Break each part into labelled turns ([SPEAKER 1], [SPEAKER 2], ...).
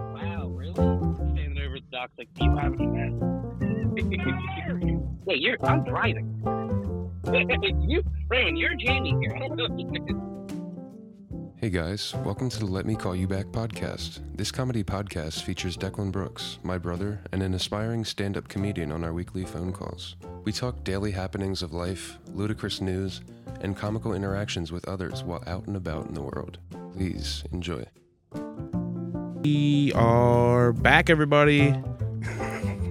[SPEAKER 1] Really? Standing over at the docks like, do you have any meds? Wait, you're, I'm driving. you, Raymond, you're jamming here. I don't know if you can-
[SPEAKER 2] Hey guys, welcome to the Let Me Call You Back podcast. This comedy podcast features Declan Brooks, my brother, and an aspiring stand up comedian on our weekly phone calls. We talk daily happenings of life, ludicrous news, and comical interactions with others while out and about in the world. Please enjoy.
[SPEAKER 3] We are back, everybody.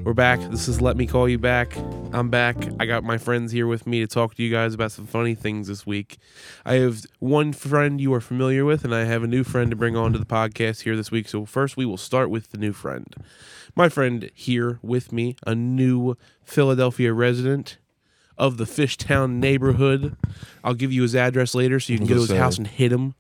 [SPEAKER 3] We're back. This is Let Me Call You Back. I'm back. I got my friends here with me to talk to you guys about some funny things this week. I have one friend you are familiar with, and I have a new friend to bring on to the podcast here this week. So, first, we will start with the new friend. My friend here with me, a new Philadelphia resident of the Fishtown neighborhood. I'll give you his address later so you can go to his
[SPEAKER 2] Yes, sir.
[SPEAKER 3] house and hit him.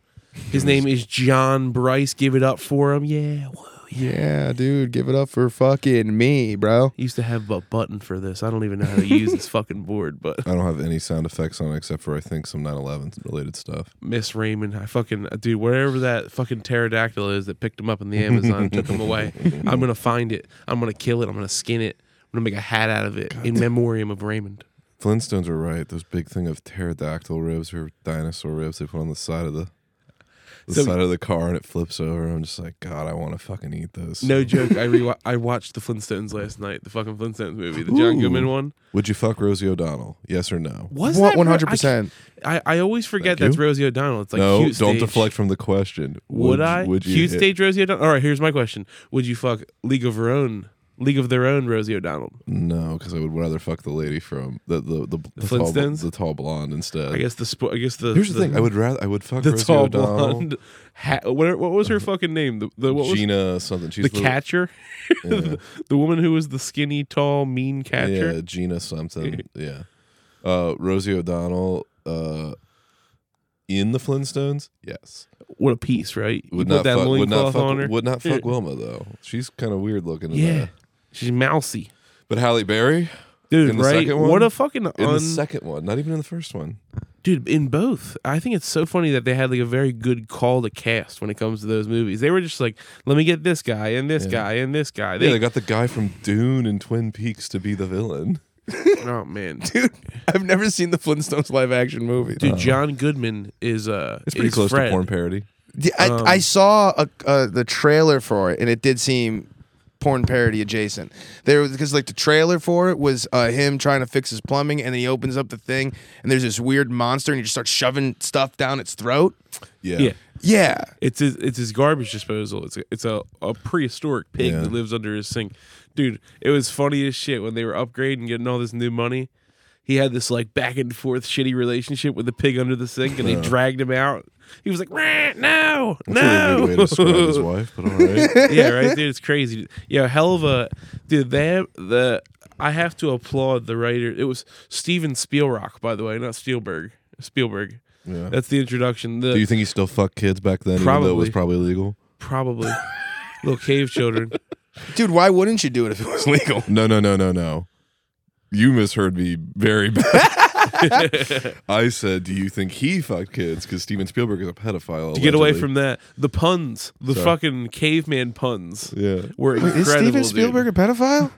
[SPEAKER 3] His name is John Bryce. Give it up for him. Yeah. Woo, yeah.
[SPEAKER 4] Yeah, dude, give it up for fucking me, bro.
[SPEAKER 3] I used to have a button for this. I don't even know how to use this fucking board, but
[SPEAKER 5] I don't have any sound effects on it except for I think some 9/11 related stuff.
[SPEAKER 3] Miss Raymond, I fucking dude, wherever that fucking pterodactyl is that picked him up in the Amazon, and took him away. I'm gonna find it. I'm gonna kill it. I'm gonna skin it. I'm gonna make a hat out of it in memoriam of Raymond.
[SPEAKER 5] Flintstones were right. Those big thing of pterodactyl ribs or dinosaur ribs they put on the side of the the
[SPEAKER 3] So-
[SPEAKER 5] side of the car and it flips over. I'm just like, God, I want to fucking eat those.
[SPEAKER 3] No joke. I re- I watched the Flintstones last night. The fucking Flintstones movie, the John
[SPEAKER 5] Ooh.
[SPEAKER 3] Goodman one.
[SPEAKER 5] Would you fuck Rosie O'Donnell? Yes or no?
[SPEAKER 3] Was
[SPEAKER 4] What
[SPEAKER 3] that Ro-
[SPEAKER 4] one
[SPEAKER 3] I
[SPEAKER 4] hundred
[SPEAKER 3] can't-
[SPEAKER 4] percent?
[SPEAKER 3] I, I always forget
[SPEAKER 5] Thank you.
[SPEAKER 3] that's Rosie O'Donnell. It's like
[SPEAKER 5] no.
[SPEAKER 3] cute
[SPEAKER 5] Don't
[SPEAKER 3] stage.
[SPEAKER 5] deflect from the question.
[SPEAKER 3] Would I?
[SPEAKER 5] Would you?
[SPEAKER 3] Cute
[SPEAKER 5] hit-
[SPEAKER 3] stage Rosie O'Donnell. All right, here's my question: Would you fuck League of Her Own, League of Their Own Rosie O'Donnell?
[SPEAKER 5] No, because I would rather fuck the lady from the the the, the
[SPEAKER 3] Flintstones?
[SPEAKER 5] tall, the tall blonde instead.
[SPEAKER 3] I guess the spo- I guess the
[SPEAKER 5] Here's the, thing. I would rather I would fuck
[SPEAKER 3] the
[SPEAKER 5] Rosie
[SPEAKER 3] tall
[SPEAKER 5] O'Donnell.
[SPEAKER 3] blonde. Ha- what, what was her fucking name? The, the what was
[SPEAKER 5] Gina something. Uh-huh. She's
[SPEAKER 3] the catcher?
[SPEAKER 5] yeah.
[SPEAKER 3] the woman who was the skinny, tall, mean
[SPEAKER 5] Yeah,
[SPEAKER 3] catcher.
[SPEAKER 5] Gina something. yeah. Uh, Rosie O'Donnell uh, in the Flintstones? Yes.
[SPEAKER 3] What a piece, right? You
[SPEAKER 5] Would
[SPEAKER 3] put
[SPEAKER 5] not
[SPEAKER 3] that
[SPEAKER 5] fuck, would not
[SPEAKER 3] loincloth
[SPEAKER 5] fuck,
[SPEAKER 3] on her.
[SPEAKER 5] would not
[SPEAKER 3] Yeah.
[SPEAKER 5] fuck Wilma though. She's kind of weird looking. in
[SPEAKER 3] yeah,
[SPEAKER 5] that.
[SPEAKER 3] she's mousy,
[SPEAKER 5] But Halle Berry
[SPEAKER 3] dude.
[SPEAKER 5] In the
[SPEAKER 3] right?
[SPEAKER 5] second one?
[SPEAKER 3] What a fucking
[SPEAKER 5] in
[SPEAKER 3] un-
[SPEAKER 5] the second one, not even in the first one.
[SPEAKER 3] dude in both i think it's so funny that they had like a very good call to cast when it comes to those movies they were just like let me get this guy and this
[SPEAKER 5] Yeah.
[SPEAKER 3] guy and this guy
[SPEAKER 5] Yeah,
[SPEAKER 3] they,
[SPEAKER 5] they got the guy from Dune and Twin Peaks to be the villain.
[SPEAKER 3] oh man
[SPEAKER 4] Dude, I've never seen the Flintstones live action movie.
[SPEAKER 3] dude john goodman is uh
[SPEAKER 5] Uh-huh. It's pretty
[SPEAKER 3] is
[SPEAKER 5] close
[SPEAKER 3] Fred.
[SPEAKER 5] to porn parody.
[SPEAKER 4] Yeah, I,
[SPEAKER 3] um,
[SPEAKER 4] I saw a, uh, the trailer for it, and it did seem porn parody adjacent. There was because like the trailer for it was uh, him trying to fix his plumbing, and then he opens up the thing, and there's this weird monster, and he just starts shoving stuff down its throat.
[SPEAKER 5] Yeah.
[SPEAKER 3] yeah
[SPEAKER 4] Yeah,
[SPEAKER 3] it's his, it's his garbage disposal it's a, it's a, a prehistoric pig
[SPEAKER 5] Yeah.
[SPEAKER 3] that lives under his sink dude it was funny as shit when they were upgrading getting all this new money he had this like back and forth shitty relationship with the pig under the sink and they dragged him out he was like "Rah, no
[SPEAKER 5] That's a
[SPEAKER 3] no
[SPEAKER 5] weird way to describe his wife, but all right.
[SPEAKER 3] yeah, right, dude. It's crazy. Yeah, hell of a dude. They the I have to applaud the writer. It was Steven Spielrock, by the way, not Spielberg. Spielberg.
[SPEAKER 5] Yeah.
[SPEAKER 3] That's the introduction. The
[SPEAKER 5] Do you think he still fucked kids back then, even though it
[SPEAKER 3] Probably.
[SPEAKER 5] was probably legal?
[SPEAKER 3] probably little cave children.
[SPEAKER 4] dude, why wouldn't you do it if it was legal?
[SPEAKER 5] No, no, no, no, no. You misheard me very bad. I said, "Do you think he fucked kids?" Because Steven Spielberg is a pedophile.
[SPEAKER 3] To get away
[SPEAKER 5] allegedly.
[SPEAKER 3] from that, the puns, the
[SPEAKER 5] Sorry.
[SPEAKER 3] fucking caveman puns
[SPEAKER 5] yeah.
[SPEAKER 3] were incredible.
[SPEAKER 4] Is Steven
[SPEAKER 3] dude.
[SPEAKER 4] Spielberg a pedophile?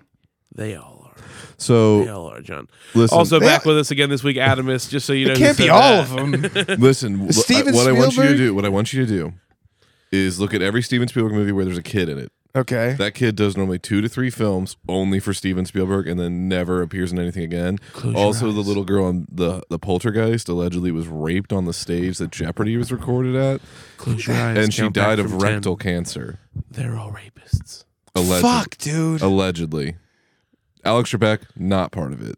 [SPEAKER 3] They all are. They
[SPEAKER 5] So
[SPEAKER 3] all are, John.
[SPEAKER 5] Oh. listen,
[SPEAKER 3] also back
[SPEAKER 4] They-
[SPEAKER 3] with us again this week, Adamus. Just so you know,
[SPEAKER 4] It
[SPEAKER 3] who
[SPEAKER 4] can't be
[SPEAKER 3] said
[SPEAKER 4] all
[SPEAKER 3] that.
[SPEAKER 4] of them.
[SPEAKER 5] listen. wh-
[SPEAKER 4] Steven
[SPEAKER 5] what I want you
[SPEAKER 4] Spielberg?
[SPEAKER 5] to do, what I want you to do, is look at every Steven Spielberg movie where there's a kid in it.
[SPEAKER 4] Okay.
[SPEAKER 5] That kid does normally two to three films only for Steven Spielberg, and then never appears in anything again.
[SPEAKER 3] Close your
[SPEAKER 5] also, the little girl on the the Poltergeist allegedly was raped on the stage that Jeopardy was recorded at,
[SPEAKER 3] Close your eyes.
[SPEAKER 5] and she
[SPEAKER 3] count back
[SPEAKER 5] died of
[SPEAKER 3] from 10.
[SPEAKER 5] rectal cancer.
[SPEAKER 3] They're all rapists.
[SPEAKER 5] Allegedly.
[SPEAKER 4] Fuck, dude.
[SPEAKER 5] Allegedly. Alex Trebek, not part of it.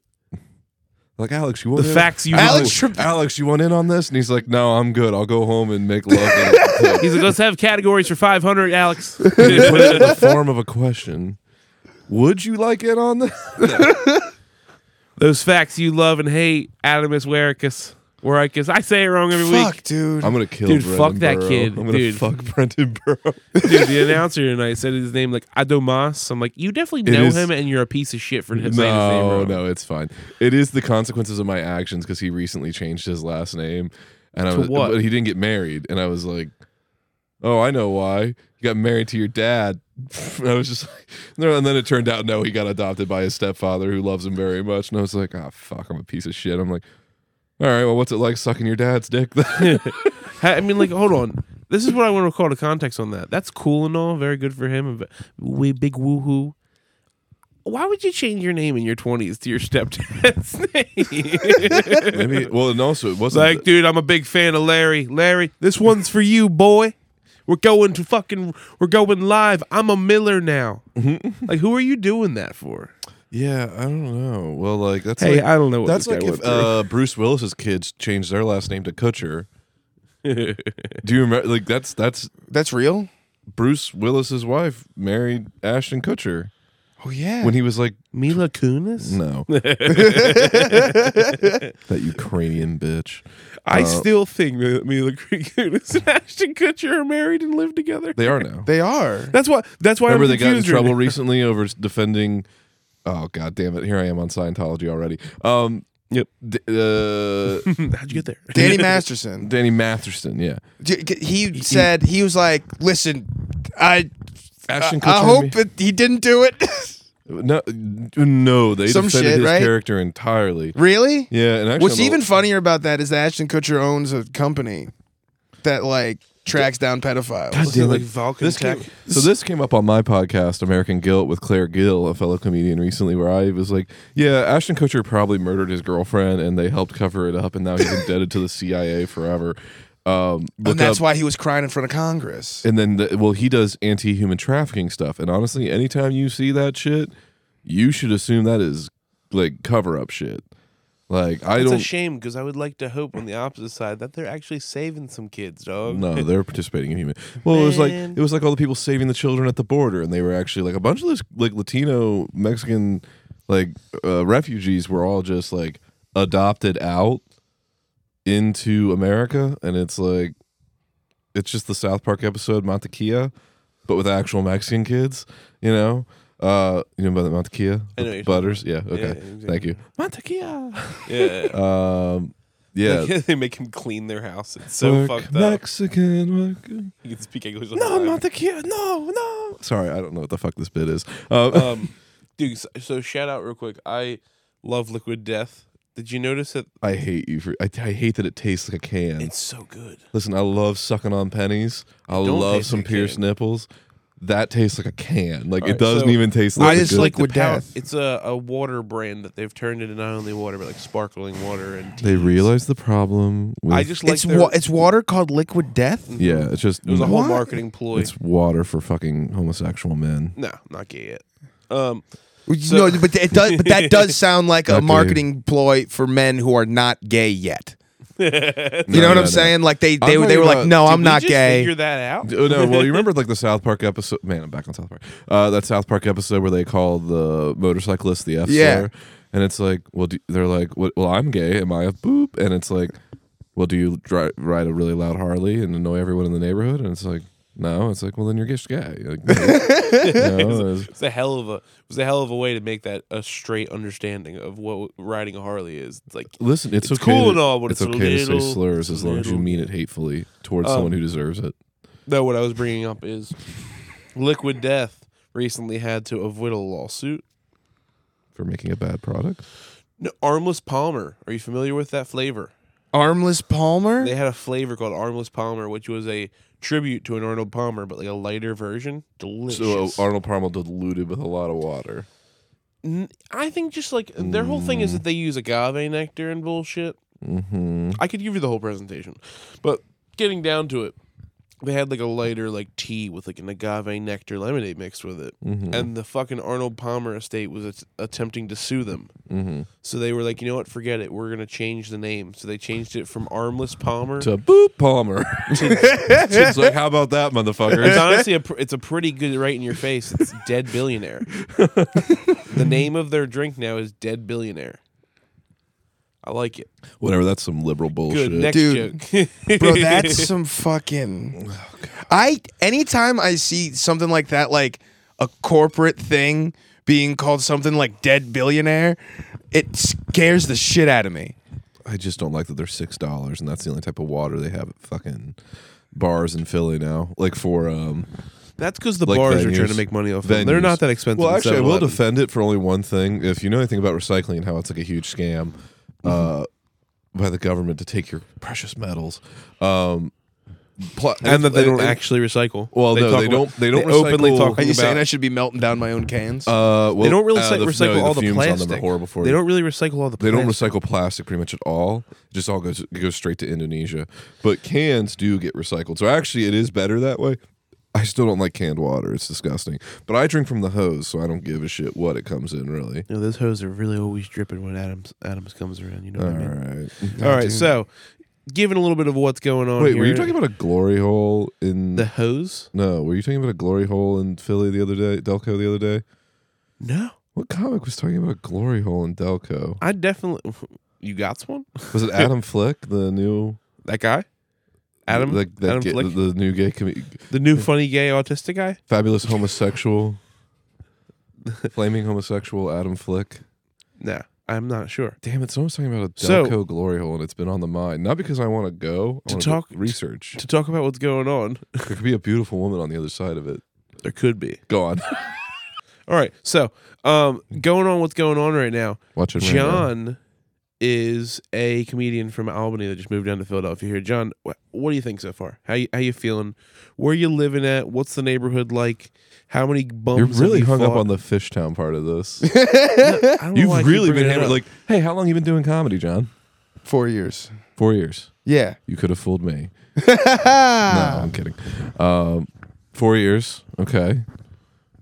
[SPEAKER 5] Like Alex, you want
[SPEAKER 3] The
[SPEAKER 5] in?
[SPEAKER 3] facts you
[SPEAKER 4] Alex
[SPEAKER 3] know.
[SPEAKER 4] Trebek.
[SPEAKER 5] Alex, you want in on this? And he's like, No, I'm good. I'll go home and make love. And
[SPEAKER 3] He's like, let's have categories for 500, Alex.
[SPEAKER 5] they put it in the form of a question. Would you like in on this?
[SPEAKER 3] Those facts you love and hate, Adamus Wericus. Wericus. I say it wrong every
[SPEAKER 4] Fuck,
[SPEAKER 3] week.
[SPEAKER 4] dude.
[SPEAKER 5] I'm gonna kill
[SPEAKER 3] Dude,
[SPEAKER 5] Brendan
[SPEAKER 3] fuck that
[SPEAKER 5] Burrow.
[SPEAKER 3] kid,
[SPEAKER 5] I'm gonna
[SPEAKER 3] dude.
[SPEAKER 5] fuck Brendan Burrow.
[SPEAKER 3] Dude, the announcer tonight said his name like Adomas. I'm like, you definitely
[SPEAKER 5] It
[SPEAKER 3] know
[SPEAKER 5] is-
[SPEAKER 3] him and you're a piece of shit for him saying his name
[SPEAKER 5] no,
[SPEAKER 3] wrong.
[SPEAKER 5] no, it's fine. It is the consequences of my actions because he recently changed his last name, and I
[SPEAKER 3] To
[SPEAKER 5] was
[SPEAKER 3] what?
[SPEAKER 5] but he didn't get married, and I was like, oh, I know why. You got married to your dad. And I was just like, no. And then it turned out, no, he got adopted by his stepfather who loves him very much. And I was like, ah, fuck, I'm a piece of shit. I'm like, all right, well, what's it like sucking your dad's dick? then?"
[SPEAKER 3] Ha- I mean, like, hold on. This is what I want to call the context on that. That's cool and all, very good for him. We big woohoo. Why would you change your name in your twenties to your stepdad's name?
[SPEAKER 5] Maybe, well, and also, it
[SPEAKER 3] It's
[SPEAKER 5] wasn't.
[SPEAKER 3] like, dude, I'm a big fan of Larry. Larry, this one's for you, boy. We're going to fucking. We're going live. I'm a Miller now.
[SPEAKER 5] Mm-hmm.
[SPEAKER 3] like, who are you doing that for?
[SPEAKER 5] yeah, I don't know. Well, like, that's
[SPEAKER 3] Hey,
[SPEAKER 5] like,
[SPEAKER 3] I don't know. What
[SPEAKER 5] That's
[SPEAKER 3] this
[SPEAKER 5] like
[SPEAKER 3] guy
[SPEAKER 5] if
[SPEAKER 3] went
[SPEAKER 5] uh, Bruce Willis's kids changed their last name to Kutcher.
[SPEAKER 3] through.
[SPEAKER 5] Do you remember? Like that's that's
[SPEAKER 4] That's real.
[SPEAKER 5] Bruce Willis's wife married Ashton Kutcher
[SPEAKER 4] Oh yeah.
[SPEAKER 5] when he was like,
[SPEAKER 3] Mila Kunis.
[SPEAKER 5] no, that Ukrainian bitch.
[SPEAKER 3] I
[SPEAKER 5] Uh,
[SPEAKER 3] still think that Mila Kunis and Ashton Kutcher are married and live together.
[SPEAKER 5] They are now.
[SPEAKER 4] they are.
[SPEAKER 3] That's why. That's why
[SPEAKER 5] Remember
[SPEAKER 3] I'm
[SPEAKER 5] they got in
[SPEAKER 3] confused right
[SPEAKER 5] trouble
[SPEAKER 3] now.
[SPEAKER 5] recently over s- defending. Oh god damn it! Here I am on Scientology already. Um.
[SPEAKER 3] Yep. Hmm,
[SPEAKER 5] D- uh,
[SPEAKER 3] How'd you get there?
[SPEAKER 4] Danny Masterson.
[SPEAKER 5] Danny Matherson. Yeah.
[SPEAKER 4] D- He said he was like, "Listen, I, I,
[SPEAKER 5] Ashton Kutcher.
[SPEAKER 4] I
[SPEAKER 5] and me-
[SPEAKER 4] hope that he didn't do it."
[SPEAKER 5] No, no, they
[SPEAKER 4] Some
[SPEAKER 5] defended
[SPEAKER 4] shit,
[SPEAKER 5] his
[SPEAKER 4] right?
[SPEAKER 5] character entirely.
[SPEAKER 4] really?
[SPEAKER 5] Yeah, and actually,
[SPEAKER 4] What's
[SPEAKER 5] I'm a-
[SPEAKER 4] even funnier about that is that Ashton Kutcher owns a company that like tracks down pedophiles.
[SPEAKER 3] Was it
[SPEAKER 5] damn
[SPEAKER 3] like
[SPEAKER 5] it.
[SPEAKER 3] Vulcan
[SPEAKER 5] this
[SPEAKER 3] Tech?
[SPEAKER 5] came, so this came up on my podcast, American Guilt, with Claire Gill, a fellow comedian, recently, where I was like, "Yeah, Ashton Kutcher probably murdered his girlfriend, and they helped cover it up, and now he's indebted to the CIA forever." Um, look
[SPEAKER 4] and that's
[SPEAKER 5] up-
[SPEAKER 4] why he was crying in front of Congress.
[SPEAKER 5] and then, the, well, he does anti-human trafficking stuff, and honestly, anytime you see that shit, you should assume that is like cover-up shit. Like I
[SPEAKER 3] It's a
[SPEAKER 5] don't
[SPEAKER 3] shame because I would like to hope on the opposite side that they're actually saving some kids, dog.
[SPEAKER 5] No, they were participating in human. Well, it was like
[SPEAKER 3] Man.
[SPEAKER 5] it was like all the people saving the children at the border, and they were actually like a bunch of this like Latino Mexican like uh, refugees were all just like adopted out into America, and it's like it's just the South Park episode Montequilla, but with actual Mexican kids, you know. Uh, you know about the Montequilla
[SPEAKER 3] I know what you're talking
[SPEAKER 5] butters, yeah. Okay,
[SPEAKER 3] yeah,
[SPEAKER 5] thank you.
[SPEAKER 3] Yeah.
[SPEAKER 5] Um, yeah,
[SPEAKER 3] Like, they make him clean their house. It's so
[SPEAKER 5] Work
[SPEAKER 3] fucked up.
[SPEAKER 5] Mexican. Work.
[SPEAKER 3] You can speak English.
[SPEAKER 5] No,
[SPEAKER 3] all the
[SPEAKER 5] not
[SPEAKER 3] time.
[SPEAKER 5] the kid. No, no. Sorry, I don't know what the fuck this bit is. Um,
[SPEAKER 3] um, dude. So, so shout out real quick. I love Liquid Death. Did you notice that
[SPEAKER 5] I hate you for. I, I hate that it tastes like a can.
[SPEAKER 3] it's so good?
[SPEAKER 5] Listen, I love sucking on pennies. I
[SPEAKER 3] don't
[SPEAKER 5] love
[SPEAKER 3] taste
[SPEAKER 5] some
[SPEAKER 3] like a
[SPEAKER 5] pierced
[SPEAKER 3] can.
[SPEAKER 5] nipples. That tastes like a can. Like
[SPEAKER 3] All
[SPEAKER 5] it
[SPEAKER 3] right,
[SPEAKER 5] doesn't
[SPEAKER 3] so-
[SPEAKER 5] even taste
[SPEAKER 4] I
[SPEAKER 5] like. a
[SPEAKER 4] just
[SPEAKER 5] good-
[SPEAKER 4] like
[SPEAKER 3] the
[SPEAKER 4] Liquid
[SPEAKER 3] power-
[SPEAKER 4] Death.
[SPEAKER 3] It's a, a water brand that they've turned into not only water but like sparkling water and.
[SPEAKER 5] They realize the problem. With,
[SPEAKER 3] I just like
[SPEAKER 4] it's
[SPEAKER 3] their-
[SPEAKER 4] wa- it's water called Liquid Death.
[SPEAKER 5] Yeah, it's just.
[SPEAKER 3] It was a whole
[SPEAKER 4] What?
[SPEAKER 3] marketing ploy.
[SPEAKER 5] It's water for fucking homosexual men.
[SPEAKER 3] no, not gay yet. Um,
[SPEAKER 4] No, but it does. But that does sound like a
[SPEAKER 5] Okay.
[SPEAKER 4] marketing ploy for men who are not gay yet. You know what I'm saying? Like they they,
[SPEAKER 5] I'm
[SPEAKER 4] they
[SPEAKER 5] talking
[SPEAKER 4] were like,
[SPEAKER 5] about-
[SPEAKER 4] no, I'm
[SPEAKER 3] we
[SPEAKER 4] not
[SPEAKER 3] just
[SPEAKER 4] gay. uh,
[SPEAKER 3] Figure that out.
[SPEAKER 5] Oh, no, well, you remember like the South Park episode? Man, I'm back on South Park. Uh, that South Park episode where they call the motorcyclist the F
[SPEAKER 4] Yeah.
[SPEAKER 5] slur, and it's like, well, do, they're like, well, well, I'm gay. Am I a boop? And it's like, well, do you dri- ride a really loud Harley and annoy everyone in the neighborhood? And it's like, no. It's like, well, then you're just gay. Like, no. No, it's-
[SPEAKER 3] It's a hell of a it was a hell of a way to make that a straight understanding of what riding a Harley is. It's like
[SPEAKER 5] Listen, it's,
[SPEAKER 3] It's
[SPEAKER 5] okay
[SPEAKER 3] cool
[SPEAKER 5] to-
[SPEAKER 3] and all, but
[SPEAKER 5] it's,
[SPEAKER 3] it's a
[SPEAKER 5] okay to
[SPEAKER 3] little-
[SPEAKER 5] say slurs
[SPEAKER 3] it's a
[SPEAKER 5] as long as you
[SPEAKER 3] little-
[SPEAKER 5] mean it hatefully towards
[SPEAKER 3] Um,
[SPEAKER 5] someone who deserves it.
[SPEAKER 3] no, what I was bringing up is Liquid Death recently had to avoid a lawsuit.
[SPEAKER 5] For making a bad product,
[SPEAKER 3] No, Armless Palmer. Are you familiar with that flavor?
[SPEAKER 4] Armless Palmer.
[SPEAKER 3] They had a flavor called Armless Palmer, which was a tribute to an Arnold Palmer, but like a lighter version.
[SPEAKER 4] uh,
[SPEAKER 3] Delicious.
[SPEAKER 5] so uh, Arnold Palmer diluted with a lot of water.
[SPEAKER 3] N- I think just like their whole thing is that they use agave nectar and bullshit.
[SPEAKER 5] Mm-hmm.
[SPEAKER 3] I could give you the whole presentation, but getting down to it, they had like a lighter like tea with like an agave nectar lemonade mixed with it,
[SPEAKER 5] Mm-hmm.
[SPEAKER 3] and the fucking Arnold Palmer estate was att- attempting to sue them.
[SPEAKER 5] mm-hmm.
[SPEAKER 3] So they were like, you know what, forget it. We're gonna change the name. So they changed it from Armless Palmer.
[SPEAKER 5] to Boop Palmer. She's like, how about that,
[SPEAKER 3] it's
[SPEAKER 5] motherfucker?
[SPEAKER 3] honestly a pr- it's a pretty good right in your face. It's Dead Billionaire. the name of their drink now is Dead Billionaire. I like it.
[SPEAKER 5] Whatever, that's some liberal bullshit.
[SPEAKER 3] Good. Next
[SPEAKER 4] Dude.
[SPEAKER 3] joke.
[SPEAKER 4] Bro, that's some fucking. I anytime I see something like that, like a corporate thing being called something like dead billionaire, it scares the shit out of me.
[SPEAKER 5] I just don't like that they're six dollars, and that's the only type of water they have at fucking bars in Philly now, like for um,
[SPEAKER 3] That's because the
[SPEAKER 5] Like
[SPEAKER 3] bars are
[SPEAKER 5] venues.
[SPEAKER 3] trying to make money off them. They're
[SPEAKER 5] venues.
[SPEAKER 3] not that expensive.
[SPEAKER 5] Well, actually, I will
[SPEAKER 3] 7-Eleven.
[SPEAKER 5] defend it for only one thing. If you know anything about recycling and how it's like a huge scam uh, by the government to take your precious metals, um, pl-
[SPEAKER 3] and that they don't
[SPEAKER 5] and-
[SPEAKER 3] actually recycle.
[SPEAKER 5] Well, no,
[SPEAKER 3] talk
[SPEAKER 5] they
[SPEAKER 3] about-
[SPEAKER 5] don't- they don't
[SPEAKER 3] openly
[SPEAKER 5] recycle-
[SPEAKER 3] talk
[SPEAKER 4] Are you
[SPEAKER 3] about.
[SPEAKER 4] saying I should be melting down my own cans?
[SPEAKER 5] Uh, well,
[SPEAKER 3] they don't really
[SPEAKER 5] uh,
[SPEAKER 3] cy-
[SPEAKER 5] the-
[SPEAKER 3] recycle
[SPEAKER 5] no,
[SPEAKER 3] all the,
[SPEAKER 5] fumes on
[SPEAKER 3] plastic.
[SPEAKER 5] them are horrible for
[SPEAKER 3] they
[SPEAKER 5] you.
[SPEAKER 3] don't really recycle all the.
[SPEAKER 5] They
[SPEAKER 3] plastic.
[SPEAKER 5] don't recycle plastic pretty much at all. It just all goes it goes straight to Indonesia. But cans do get recycled. So actually it is better that way. I still don't like canned water. It's disgusting. But I drink from the hose, so I don't give a shit what it comes in really.
[SPEAKER 3] You know, those hoses are really always dripping when Adams Adams comes around. You know
[SPEAKER 5] All
[SPEAKER 3] what I mean?
[SPEAKER 5] right.
[SPEAKER 3] All right, so given a little bit of what's going on.
[SPEAKER 5] Wait, were you
[SPEAKER 3] here-
[SPEAKER 5] talking about a glory hole in
[SPEAKER 3] the hose?
[SPEAKER 5] No, were you talking about a glory hole in Philly the other day, Delco the other day?
[SPEAKER 3] No,
[SPEAKER 5] What comic was talking about a glory hole in Delco?
[SPEAKER 3] I definitely. You got one?
[SPEAKER 5] Was it Adam Flick, the new
[SPEAKER 3] That guy, Adam,
[SPEAKER 5] like that
[SPEAKER 3] Adam
[SPEAKER 5] ga-
[SPEAKER 3] Flick, the,
[SPEAKER 5] the new gay comedian?
[SPEAKER 3] new funny gay autistic guy.
[SPEAKER 5] Fabulous homosexual. Flaming homosexual Adam Flick.
[SPEAKER 3] No, I'm not sure.
[SPEAKER 5] Damn it, someone's talking about a
[SPEAKER 3] So-
[SPEAKER 5] Delco glory hole and it's been on the mind. Not because I want to go, I
[SPEAKER 3] To
[SPEAKER 5] want
[SPEAKER 3] talk-
[SPEAKER 5] research.
[SPEAKER 3] To talk about what's going on,
[SPEAKER 5] there could be a beautiful woman on the other side of it.
[SPEAKER 3] there could be.
[SPEAKER 5] Go on.
[SPEAKER 3] All right, so um, going on, what's going on right now?
[SPEAKER 5] Watch it. rain
[SPEAKER 3] John is a comedian from Albany that just moved down to Philadelphia. Here, John, wh- what do you think so far? How you, how you feeling? Where you living at? What's the neighborhood like? How many
[SPEAKER 5] down.
[SPEAKER 3] bums?
[SPEAKER 5] You're
[SPEAKER 3] have
[SPEAKER 5] really
[SPEAKER 3] you
[SPEAKER 5] hung up
[SPEAKER 3] fought?
[SPEAKER 5] on the Fishtown part of this.
[SPEAKER 3] I don't know why I
[SPEAKER 5] You've
[SPEAKER 3] keep
[SPEAKER 5] really
[SPEAKER 3] bringing
[SPEAKER 5] been
[SPEAKER 3] it
[SPEAKER 5] hammered.
[SPEAKER 3] up.
[SPEAKER 5] Like, hey, how long you been doing comedy, John?
[SPEAKER 4] Four years.
[SPEAKER 5] Four years.
[SPEAKER 4] Yeah.
[SPEAKER 5] You could have fooled me. No, I'm kidding. Um, four years. Okay.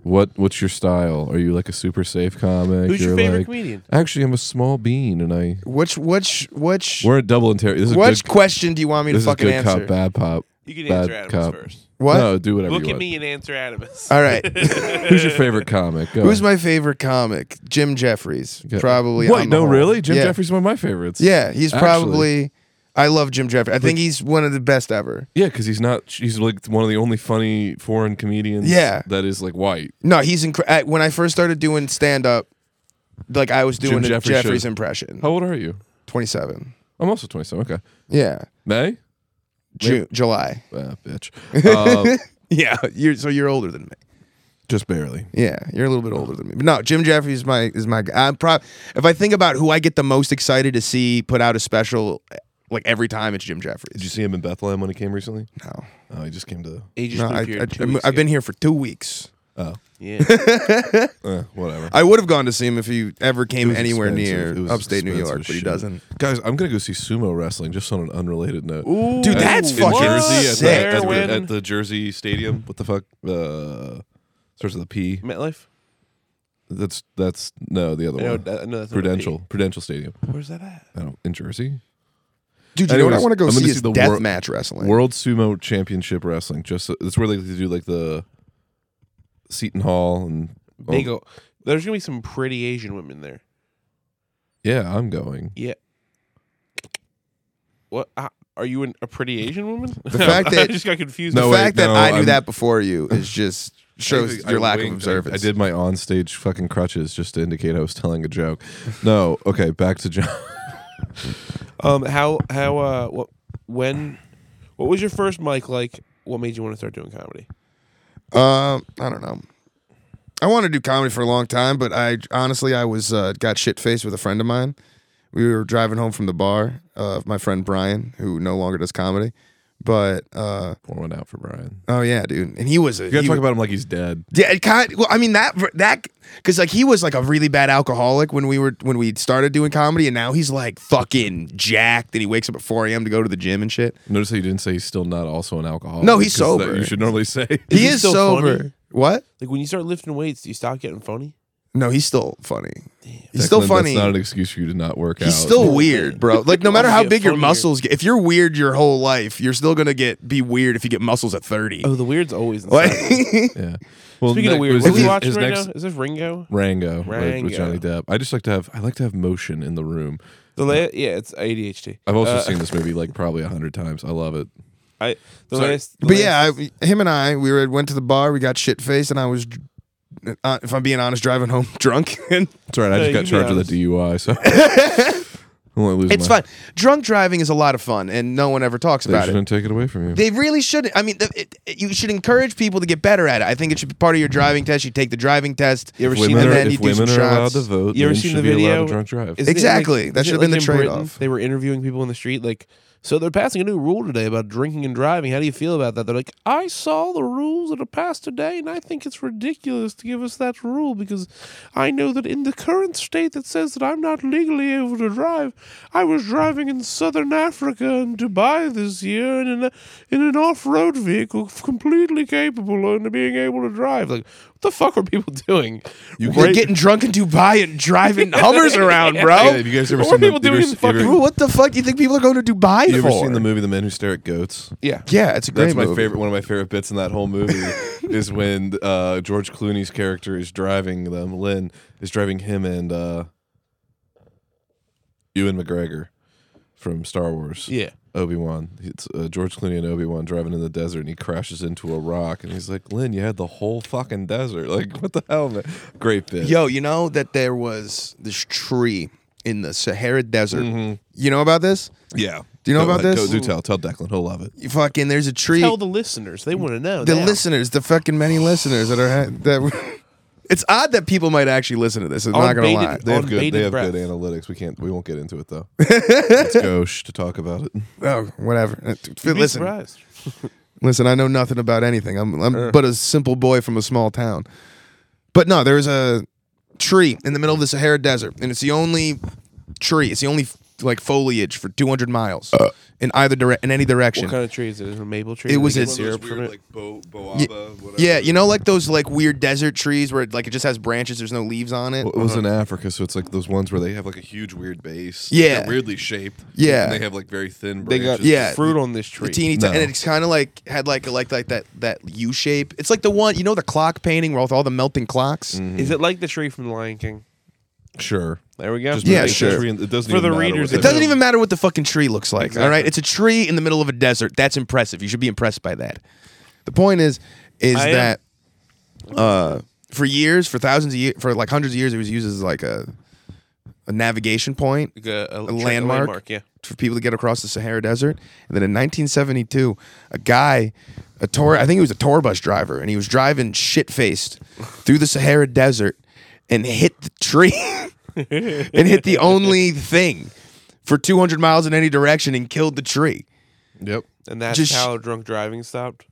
[SPEAKER 5] What What's your style? Are you like a super safe comic?
[SPEAKER 3] who's your
[SPEAKER 5] You're
[SPEAKER 3] favorite
[SPEAKER 5] like-
[SPEAKER 3] comedian?
[SPEAKER 5] Actually, I'm a small bean, and I
[SPEAKER 4] Which which which
[SPEAKER 5] we're at double interrogation. This is
[SPEAKER 4] which
[SPEAKER 5] good.
[SPEAKER 4] question do you want me to
[SPEAKER 5] This is
[SPEAKER 4] fucking
[SPEAKER 5] good
[SPEAKER 4] answer?
[SPEAKER 5] cop, bad pop.
[SPEAKER 3] You can
[SPEAKER 5] Bad
[SPEAKER 3] answer Adams
[SPEAKER 5] cop.
[SPEAKER 3] first.
[SPEAKER 4] What?
[SPEAKER 5] No, do whatever
[SPEAKER 3] Look
[SPEAKER 5] you
[SPEAKER 3] at
[SPEAKER 5] want.
[SPEAKER 3] me uh, and answer Adamus.
[SPEAKER 4] All right.
[SPEAKER 5] Who's your favorite comic? Go.
[SPEAKER 4] Who's my favorite comic? Jim Jeffries.
[SPEAKER 5] Go.
[SPEAKER 4] Probably.
[SPEAKER 5] Wait,
[SPEAKER 4] on the
[SPEAKER 5] no,
[SPEAKER 4] whole.
[SPEAKER 5] really? Jim
[SPEAKER 4] yeah.
[SPEAKER 5] Jeffries is one of my favorites.
[SPEAKER 4] Yeah, he's
[SPEAKER 5] Actually.
[SPEAKER 4] probably. I love Jim Jeffries. I think he's one of the best ever.
[SPEAKER 5] Yeah, because he's not. He's like one of the only funny foreign comedians.
[SPEAKER 4] Yeah.
[SPEAKER 5] that is like white.
[SPEAKER 4] No, he's incredible. When I first started doing stand up, like I was doing
[SPEAKER 5] Jim
[SPEAKER 4] a
[SPEAKER 5] Jeffries
[SPEAKER 4] Jeffries
[SPEAKER 5] show.
[SPEAKER 4] impression.
[SPEAKER 5] How old are you?
[SPEAKER 4] 27.
[SPEAKER 5] I'm also 27. Okay,
[SPEAKER 4] Yeah.
[SPEAKER 5] May.
[SPEAKER 4] June, July.
[SPEAKER 5] Ah, bitch. Um,
[SPEAKER 4] Yeah, you're so you're older than me.
[SPEAKER 5] just barely.
[SPEAKER 4] Yeah, you're a little bit older than me. But no, Jim Jeffries is my is my guy. I'm prob- if I think about who I get the most excited to see put out a special like every time it's Jim
[SPEAKER 5] Did you
[SPEAKER 4] Jeffries.
[SPEAKER 5] see him in Bethlehem when he came recently?
[SPEAKER 4] No.
[SPEAKER 5] Oh, he just came to.
[SPEAKER 3] He just
[SPEAKER 4] No,
[SPEAKER 3] moved
[SPEAKER 4] I,
[SPEAKER 3] here
[SPEAKER 4] I,
[SPEAKER 3] two
[SPEAKER 4] I'm-
[SPEAKER 3] weeks
[SPEAKER 4] I've been
[SPEAKER 3] ago.
[SPEAKER 4] here for 2 weeks.
[SPEAKER 5] Oh,
[SPEAKER 3] Yeah.
[SPEAKER 5] eh, whatever.
[SPEAKER 4] I would have gone to see him if he ever came
[SPEAKER 5] was
[SPEAKER 4] anywhere
[SPEAKER 5] expensive. It was
[SPEAKER 4] near upstate New
[SPEAKER 5] expensive
[SPEAKER 4] York,
[SPEAKER 5] as
[SPEAKER 4] but he
[SPEAKER 5] shit.
[SPEAKER 4] doesn't.
[SPEAKER 5] Guys, I'm gonna go see sumo wrestling. Just on an unrelated note.
[SPEAKER 4] Dude,
[SPEAKER 5] At-
[SPEAKER 4] that's
[SPEAKER 5] in
[SPEAKER 4] fucking
[SPEAKER 5] Jersey at the,
[SPEAKER 4] sick.
[SPEAKER 5] at,
[SPEAKER 3] Fairwind.
[SPEAKER 5] the, at the Jersey Stadium. What the fuck? Uh, starts with a P.
[SPEAKER 3] MetLife.
[SPEAKER 5] That's that's no the other
[SPEAKER 3] I know,
[SPEAKER 5] one.
[SPEAKER 3] that- I know that's not a P.
[SPEAKER 5] Oh, Prudential Prudential Stadium.
[SPEAKER 3] Where's that at?
[SPEAKER 5] I don't, in Jersey.
[SPEAKER 4] Dude, you know what I
[SPEAKER 5] Anyways,
[SPEAKER 4] want to go
[SPEAKER 5] I'm gonna
[SPEAKER 4] see
[SPEAKER 5] see
[SPEAKER 4] is
[SPEAKER 5] the
[SPEAKER 4] death
[SPEAKER 5] wor-
[SPEAKER 4] match wrestling.
[SPEAKER 5] World Sumo Championship Wrestling. Just that's where they do like the Seton Hall and
[SPEAKER 3] They go. There's gonna be some pretty Asian women there.
[SPEAKER 5] Yeah, I'm going.
[SPEAKER 3] Yeah. What? I- Are you an, a pretty Asian woman?
[SPEAKER 4] The fact
[SPEAKER 3] I
[SPEAKER 4] that-
[SPEAKER 3] just got confused.
[SPEAKER 4] the
[SPEAKER 5] No, wait,
[SPEAKER 4] fact that
[SPEAKER 5] no,
[SPEAKER 4] I knew
[SPEAKER 5] I'm-
[SPEAKER 4] that before you is just shows
[SPEAKER 5] I
[SPEAKER 4] your lack
[SPEAKER 5] winked.
[SPEAKER 4] of
[SPEAKER 5] I-
[SPEAKER 4] observance.
[SPEAKER 5] I, did my onstage fucking crutches just to indicate I was telling a joke. No, okay, back to John.
[SPEAKER 3] Um. How? How? Uh. What? When? What was your first mic like? What made you want to start doing comedy?
[SPEAKER 4] Um, I don't know. I wanted to do comedy for a long time, but I honestly I was uh, got shit faced with a friend of mine. We were driving home from the bar. Uh, my friend Brian, who no longer does comedy, but uh,
[SPEAKER 5] Pour one out for Brian.
[SPEAKER 4] oh yeah, dude, and he was a
[SPEAKER 5] You gotta
[SPEAKER 4] he-
[SPEAKER 5] talk about him like he's dead.
[SPEAKER 4] yeah, it kind well, I mean that that because like he was like a really bad alcoholic when we were when we started doing comedy, and now he's like fucking jacked, and he wakes up at four a.m. to go to the gym and shit.
[SPEAKER 5] Notice how you didn't say he's still not also an alcoholic.
[SPEAKER 4] No, he's
[SPEAKER 5] 'cause that
[SPEAKER 4] sober.
[SPEAKER 5] You should normally say.
[SPEAKER 4] He
[SPEAKER 3] he
[SPEAKER 4] is
[SPEAKER 3] still
[SPEAKER 4] sober.
[SPEAKER 3] funny?
[SPEAKER 4] What?
[SPEAKER 3] Like when you start lifting weights, do you stop getting funny?
[SPEAKER 4] No, he's still funny. He's still
[SPEAKER 5] Declan,
[SPEAKER 4] funny.
[SPEAKER 5] That's not an excuse for you to not work out.
[SPEAKER 4] He's still weird, bro. Like no matter
[SPEAKER 3] You
[SPEAKER 4] how
[SPEAKER 3] get
[SPEAKER 4] big your
[SPEAKER 3] funnier.
[SPEAKER 4] muscles get, if you're weird your whole life, you're still gonna get be weird if you get muscles at thirty.
[SPEAKER 3] Oh, the weird's always.
[SPEAKER 4] Like,
[SPEAKER 3] Inside.
[SPEAKER 5] Yeah. Well,
[SPEAKER 3] Speaking
[SPEAKER 5] ne-
[SPEAKER 3] of weird,
[SPEAKER 5] was
[SPEAKER 3] what are we
[SPEAKER 5] his-
[SPEAKER 3] watching
[SPEAKER 5] his
[SPEAKER 3] right
[SPEAKER 5] next-
[SPEAKER 3] now? Is this Ringo?
[SPEAKER 5] Rango, With,
[SPEAKER 3] Rango.
[SPEAKER 5] with Johnny Depp. I just like to have I like to have motion in the room.
[SPEAKER 3] The la- yeah, it's ADHD.
[SPEAKER 5] I've also
[SPEAKER 3] Uh,
[SPEAKER 5] seen this movie like probably a hundred times. I love it.
[SPEAKER 3] I the
[SPEAKER 5] Sorry.
[SPEAKER 3] last. the
[SPEAKER 4] but
[SPEAKER 3] last-
[SPEAKER 4] yeah, I, him and I, we were, went to the bar, we got shit faced, and I was, uh, if I'm being honest, driving home drunk. And
[SPEAKER 5] It's all right. I
[SPEAKER 3] Yeah,
[SPEAKER 5] just got
[SPEAKER 3] you can be
[SPEAKER 5] charged with a
[SPEAKER 3] honest.
[SPEAKER 5] DUI, so I'm only losing
[SPEAKER 4] It's
[SPEAKER 5] my-
[SPEAKER 4] fun. Drunk driving is a lot of fun, and no one ever talks
[SPEAKER 5] They
[SPEAKER 4] about it.
[SPEAKER 5] shouldn't take it away from you.
[SPEAKER 4] They really shouldn't. I mean, the, it, it- you should encourage people to get better at it. I think it should be part of your driving test. You take the driving test.
[SPEAKER 3] You ever
[SPEAKER 5] If
[SPEAKER 3] seen
[SPEAKER 5] women
[SPEAKER 4] the
[SPEAKER 5] are,
[SPEAKER 4] man, you
[SPEAKER 5] if
[SPEAKER 4] do some
[SPEAKER 5] women are allowed
[SPEAKER 4] shots.
[SPEAKER 5] to vote,
[SPEAKER 3] You ever
[SPEAKER 5] men
[SPEAKER 3] seen
[SPEAKER 5] should
[SPEAKER 3] the
[SPEAKER 5] be allowed
[SPEAKER 3] video?
[SPEAKER 5] to drunk drive.
[SPEAKER 3] Isn't it
[SPEAKER 4] Exactly. That
[SPEAKER 3] isn't
[SPEAKER 4] should've
[SPEAKER 3] it
[SPEAKER 4] been the
[SPEAKER 3] in Britain,
[SPEAKER 4] trade-off.
[SPEAKER 3] They were interviewing people in the street, like, so they're passing a new rule today about drinking and driving. How do you feel about that? They're like, I saw the rules that are passed today, and I think it's ridiculous to give us that rule because I know that in the current state that says that I'm not legally able to drive, I was driving in southern Africa and Dubai this year and in, a, in an off road vehicle completely capable of being able to drive. Like, what the fuck were people doing?
[SPEAKER 5] You
[SPEAKER 4] We're
[SPEAKER 5] Right.
[SPEAKER 4] getting drunk in Dubai and driving hovers around,
[SPEAKER 5] Yeah,
[SPEAKER 4] bro.
[SPEAKER 5] have you guys ever
[SPEAKER 3] What
[SPEAKER 5] seen
[SPEAKER 3] were people
[SPEAKER 5] the, you
[SPEAKER 3] doing
[SPEAKER 5] ever-
[SPEAKER 3] in the fucking
[SPEAKER 5] you ever,
[SPEAKER 4] Bro, What the fuck do you think people are going to Dubai
[SPEAKER 5] you ever
[SPEAKER 4] for?
[SPEAKER 5] seen the movie The Men Who Stare at Goats?
[SPEAKER 3] Yeah.
[SPEAKER 4] yeah, it's a great
[SPEAKER 5] That's my
[SPEAKER 4] movie.
[SPEAKER 5] favorite. One of my favorite bits in that whole movie is when uh, George Clooney's character is driving them. Lynn is driving him and uh, Ewan McGregor from Star Wars.
[SPEAKER 3] Yeah.
[SPEAKER 5] Obi Wan. It's uh, George Clooney and Obi Wan driving in the desert, and he crashes into a rock, and he's like, "Lynn, you had the whole fucking desert. Like, what the hell, man? Great bit.
[SPEAKER 4] Yo, you know that there was this tree in the Sahara Desert.
[SPEAKER 5] Mm-hmm.
[SPEAKER 4] You know about this?
[SPEAKER 5] yeah.
[SPEAKER 4] Do you know
[SPEAKER 5] Go-
[SPEAKER 4] about this?
[SPEAKER 5] Go, do tell. Tell Declan. He'll love it.
[SPEAKER 4] You fucking, there's a tree.
[SPEAKER 3] Tell the listeners. They want to know.
[SPEAKER 4] the
[SPEAKER 3] now.
[SPEAKER 4] listeners, the fucking many listeners that are that. were- It's odd that people might actually listen to this. I'm not gonna lie.
[SPEAKER 3] Unbated-
[SPEAKER 5] They have
[SPEAKER 3] On
[SPEAKER 5] good.
[SPEAKER 3] bated
[SPEAKER 5] They have
[SPEAKER 3] breath.
[SPEAKER 5] good analytics. We can't. We won't get into it though. It's gauche to talk about it.
[SPEAKER 4] Oh, whatever. Uh,
[SPEAKER 3] You'd be
[SPEAKER 4] Listen,
[SPEAKER 3] surprised.
[SPEAKER 4] Listen, I know nothing about anything. I'm, I'm
[SPEAKER 3] Uh.
[SPEAKER 4] but a simple boy from a small town. But no, there's a tree in the middle of the Sahara Desert, and it's the only tree. It's the only like foliage for 200 miles in either dire- in any direction.
[SPEAKER 3] What kind of tree is it? Is it a maple tree?
[SPEAKER 4] It
[SPEAKER 3] Do they
[SPEAKER 4] was
[SPEAKER 3] get
[SPEAKER 4] a-
[SPEAKER 3] syrup from it?
[SPEAKER 5] bo- whatever.
[SPEAKER 4] yeah, you know, like those like weird desert trees where like it just has branches. There's no leaves on it.
[SPEAKER 5] Well, it was in Africa, so it's like those ones where they have like a huge weird base.
[SPEAKER 4] Yeah.
[SPEAKER 5] They're weirdly shaped.
[SPEAKER 4] Yeah.
[SPEAKER 5] and they have like very thin
[SPEAKER 3] They got
[SPEAKER 5] branches.
[SPEAKER 4] Yeah.
[SPEAKER 3] fruit on this
[SPEAKER 4] The
[SPEAKER 3] tree.
[SPEAKER 4] teeny, ti-
[SPEAKER 5] No.
[SPEAKER 4] and it's kind of like had like a, like like that that U shape. It's like the one you know the clock painting where with all the melting clocks.
[SPEAKER 3] Is it like the tree from The Lion King?
[SPEAKER 5] sure.
[SPEAKER 3] There we go.
[SPEAKER 5] Just
[SPEAKER 4] Yeah,
[SPEAKER 5] make the
[SPEAKER 4] sure.
[SPEAKER 5] tree and- It doesn't
[SPEAKER 3] For
[SPEAKER 5] even
[SPEAKER 3] the
[SPEAKER 5] matter
[SPEAKER 3] readers,
[SPEAKER 5] what
[SPEAKER 4] It
[SPEAKER 5] they
[SPEAKER 4] doesn't
[SPEAKER 5] do.
[SPEAKER 4] even matter what the fucking tree looks like. All right,
[SPEAKER 3] Exactly.
[SPEAKER 4] it's a tree in the middle of a desert. That's impressive. You should be impressed by that. The point is, is
[SPEAKER 3] I am-
[SPEAKER 4] that uh, for years, for thousands of years, for like hundreds of years, it was used as like a a navigation point
[SPEAKER 3] Like a, a,
[SPEAKER 4] landmark?
[SPEAKER 3] Yeah.
[SPEAKER 4] for people to get across the Sahara Desert. And then in 1972, a guy, a tour, I think he was a tour bus driver, and he was driving shit faced through the Sahara Desert and hit the tree and hit the only thing for 200 miles in any direction and killed the tree.
[SPEAKER 5] Yep.
[SPEAKER 3] And that's
[SPEAKER 4] Just-
[SPEAKER 3] how drunk driving stopped.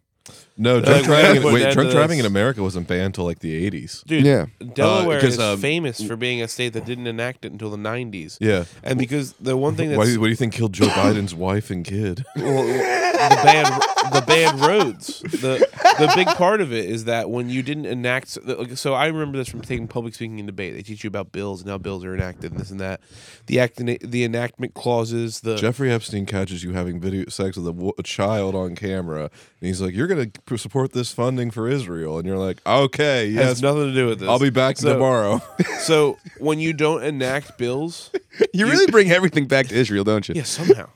[SPEAKER 5] No,
[SPEAKER 3] Like,
[SPEAKER 5] drunk
[SPEAKER 3] we gotta
[SPEAKER 5] driving.
[SPEAKER 3] put an
[SPEAKER 5] Wait,
[SPEAKER 3] end
[SPEAKER 5] drunk
[SPEAKER 3] to
[SPEAKER 5] driving in
[SPEAKER 3] this.
[SPEAKER 5] America wasn't banned till like the eighties.
[SPEAKER 3] Dude,
[SPEAKER 4] Yeah.
[SPEAKER 3] Delaware
[SPEAKER 5] because,
[SPEAKER 3] is
[SPEAKER 5] um,
[SPEAKER 3] famous for being a state that didn't enact it until the 90s.
[SPEAKER 5] Yeah.
[SPEAKER 3] And because the one thing that's
[SPEAKER 5] Why, do you- what do you think killed Joe Biden's wife and kid?
[SPEAKER 3] the bad the bad roads. The the big part of it is that when you didn't enact so I remember this from taking public speaking and debate. They teach you about bills and how bills are enacted and this and that. The act the enactment clauses, the
[SPEAKER 5] Jeffrey Epstein catches you having video sex with a, wo- a child on camera, and he's like, "You're going to support this funding for Israel," and you're like, "Okay,
[SPEAKER 3] has
[SPEAKER 5] yes,
[SPEAKER 3] nothing to do with this.
[SPEAKER 5] I'll be back
[SPEAKER 3] So-
[SPEAKER 5] tomorrow."
[SPEAKER 3] So when you don't enact bills,
[SPEAKER 4] You really bring everything back to Israel, don't you?
[SPEAKER 3] yeah, somehow.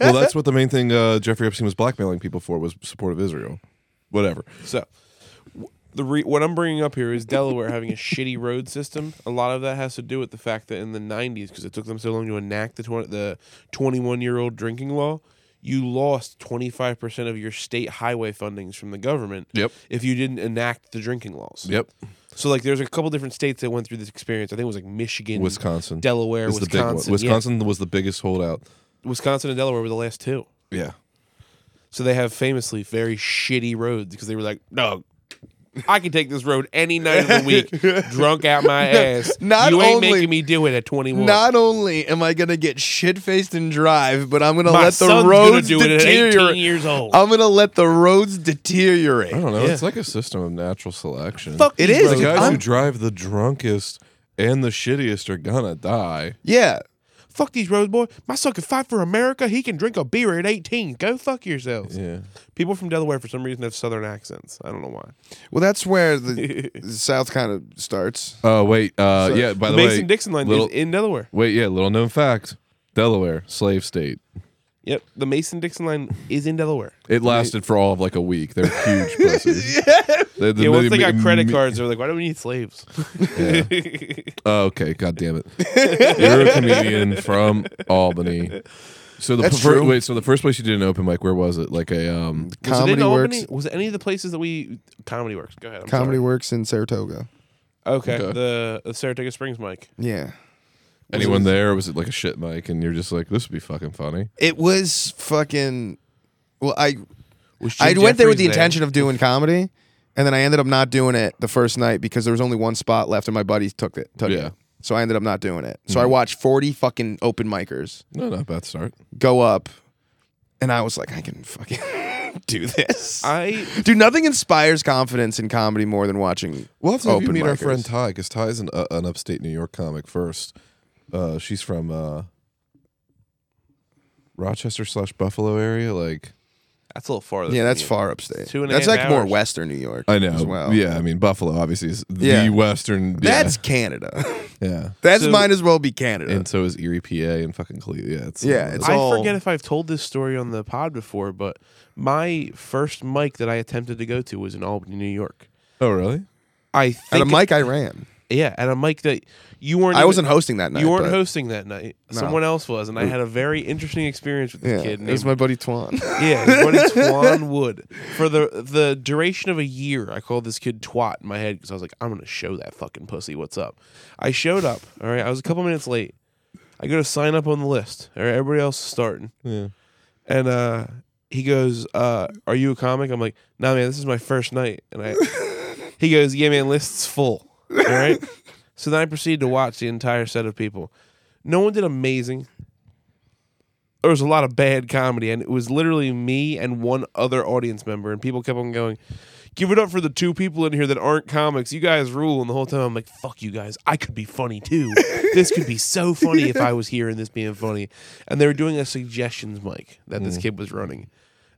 [SPEAKER 5] well, that's what the main thing uh, Jeffrey Epstein was blackmailing people for was support of Israel. Whatever.
[SPEAKER 3] So w- the re- what I'm bringing up here is Delaware having a shitty road system. A lot of that has to do with the fact that in the 90s, because it took them so long to enact the 20, the 21 year old drinking law, you lost 25 percent of your state highway fundings from the government.
[SPEAKER 5] Yep.
[SPEAKER 3] If you didn't enact the drinking laws.
[SPEAKER 5] Yep.
[SPEAKER 3] So like, there's a couple different states that went through this experience. I think it was like Michigan,
[SPEAKER 5] Wisconsin.
[SPEAKER 3] Delaware,
[SPEAKER 5] Is the big one.
[SPEAKER 3] Wisconsin.
[SPEAKER 5] Wisconsin was the biggest holdout.
[SPEAKER 3] yeah. Wisconsin, and Delaware were the last two.
[SPEAKER 5] Yeah.
[SPEAKER 3] So they have famously very shitty roads because they were like, no, I can take this road any night of the week, drunk out my ass.
[SPEAKER 4] not
[SPEAKER 3] you ain't
[SPEAKER 4] only-
[SPEAKER 3] making me do it at 21.
[SPEAKER 4] Not only am I gonna get shit faced and drive, but I'm gonna
[SPEAKER 3] my
[SPEAKER 4] let the
[SPEAKER 3] son's
[SPEAKER 4] roads
[SPEAKER 3] gonna do it at 18
[SPEAKER 4] deteriorate. Uh,
[SPEAKER 3] years old.
[SPEAKER 4] I'm gonna let the roads deteriorate.
[SPEAKER 5] I don't know. It's like a system of natural selection.
[SPEAKER 3] Fuck
[SPEAKER 4] It
[SPEAKER 3] these
[SPEAKER 4] is.
[SPEAKER 5] The
[SPEAKER 3] roads.
[SPEAKER 5] guys
[SPEAKER 4] I'm-
[SPEAKER 5] who drive the drunkest and the shittiest are gonna die.
[SPEAKER 4] Yeah.
[SPEAKER 3] Fuck these roads, boy. My son can fight for America. He can drink a beer at 18. Go fuck yourselves.
[SPEAKER 5] Yeah.
[SPEAKER 3] People from Delaware, for some reason, have southern accents. I don't know why.
[SPEAKER 4] Well, that's where the, the South kind of starts.
[SPEAKER 5] Oh wait. Uh, yeah. By the way,
[SPEAKER 3] Mason Dixon line
[SPEAKER 5] little-
[SPEAKER 3] is in Delaware.
[SPEAKER 5] Wait, yeah, little known fact. Delaware, slave state.
[SPEAKER 3] Yep. The Mason Dixon line is in Delaware.
[SPEAKER 5] It lasted for all of like a week. They're huge pussies. They- they-
[SPEAKER 3] yeah, once
[SPEAKER 5] they
[SPEAKER 3] they got
[SPEAKER 5] ma-
[SPEAKER 3] credit
[SPEAKER 5] ma-
[SPEAKER 3] cards, they're like, why do we need slaves?
[SPEAKER 5] Yeah. Oh, okay, god damn it. You're a comedian from Albany. So the
[SPEAKER 4] That's
[SPEAKER 5] fir-
[SPEAKER 4] true.
[SPEAKER 5] wait, so the first place you did an open mic, where was it? Like a um
[SPEAKER 3] Was it in
[SPEAKER 4] Comedy
[SPEAKER 3] Albany?
[SPEAKER 4] works.
[SPEAKER 3] Was it any of the places that we comedy works? Go ahead. I'm
[SPEAKER 4] Comedy
[SPEAKER 3] sorry.
[SPEAKER 4] works in Saratoga.
[SPEAKER 3] Okay,
[SPEAKER 5] Okay.
[SPEAKER 3] the, the Saratoga Springs mic.
[SPEAKER 4] Yeah.
[SPEAKER 5] anyone there? Or was it like a shit mic? And you're just like, this would be fucking funny.
[SPEAKER 4] It was fucking. Well, I
[SPEAKER 3] Was
[SPEAKER 4] I
[SPEAKER 3] Jim
[SPEAKER 4] went there with the
[SPEAKER 3] Jeffries
[SPEAKER 4] intention of doing comedy, and then I ended up not doing it the first night because there was only one spot left, and my buddy took it. Took
[SPEAKER 5] Yeah.
[SPEAKER 4] it. So I ended up not doing it. So I watched forty fucking open micers
[SPEAKER 5] No, not a bad start.
[SPEAKER 4] go up, and I was like, I can fucking do this.
[SPEAKER 3] I
[SPEAKER 4] Dude, nothing inspires confidence in comedy more than watching.
[SPEAKER 5] We'll have to have you
[SPEAKER 4] Open
[SPEAKER 5] meet our
[SPEAKER 4] micers.
[SPEAKER 5] friend Ty because Ty is an, uh, an upstate New York comic first. Uh, she's from uh, Rochester slash Buffalo area. Like
[SPEAKER 3] that's a little farther.
[SPEAKER 4] Yeah,
[SPEAKER 3] from
[SPEAKER 4] that's
[SPEAKER 3] you.
[SPEAKER 4] far upstate.
[SPEAKER 3] Uh, Two and a
[SPEAKER 4] that's
[SPEAKER 3] half
[SPEAKER 4] like more
[SPEAKER 3] hours.
[SPEAKER 4] Western New York.
[SPEAKER 5] I know.
[SPEAKER 4] As well.
[SPEAKER 5] Yeah, I mean Buffalo obviously is
[SPEAKER 4] Yeah.
[SPEAKER 5] the western.
[SPEAKER 4] That's Canada.
[SPEAKER 5] yeah. yeah.
[SPEAKER 4] That's
[SPEAKER 3] So-
[SPEAKER 4] might as well be Canada.
[SPEAKER 5] And so is Erie, PA, and fucking Cleveland. Yeah, it's
[SPEAKER 4] Yeah, it's
[SPEAKER 3] I
[SPEAKER 4] all-
[SPEAKER 3] forget if I've told this story on the pod before, but my first mic that I attempted to go to was in Albany, New York.
[SPEAKER 5] oh really?
[SPEAKER 3] I think
[SPEAKER 4] At a mic I ran.
[SPEAKER 3] yeah, at a mic that you weren't.
[SPEAKER 4] I
[SPEAKER 3] even-
[SPEAKER 4] wasn't hosting that night.
[SPEAKER 3] You weren't
[SPEAKER 4] but-
[SPEAKER 3] hosting that night. Someone else was, and I had a very interesting experience with this
[SPEAKER 4] Yeah,
[SPEAKER 3] kid.
[SPEAKER 4] it was
[SPEAKER 3] Named,
[SPEAKER 4] my buddy Twan.
[SPEAKER 3] yeah, his buddy Twan Wood. For the the duration of a year, I called this kid twat in my head because I was like, I'm gonna show that fucking pussy what's up. I showed up. All right, I was a couple minutes late. I go to sign up on the list. All right, everybody else is starting.
[SPEAKER 5] Yeah.
[SPEAKER 3] And uh, he goes, uh, "Are you a comic?" I'm like, "Nah, man. This is my first night." And I, he goes, "Yeah, man. List's full." All right. so then I proceeded to watch the entire set of people. No one did amazing. There was a lot of bad comedy, and it was literally me and one other audience member. And people kept on going, "Give it up for the two people in here that aren't comics. You guys rule." And the whole time I'm like, "Fuck you guys! I could be funny too. this could be so funny if I was here and this being funny." And they were doing a suggestions mic that this kid was running,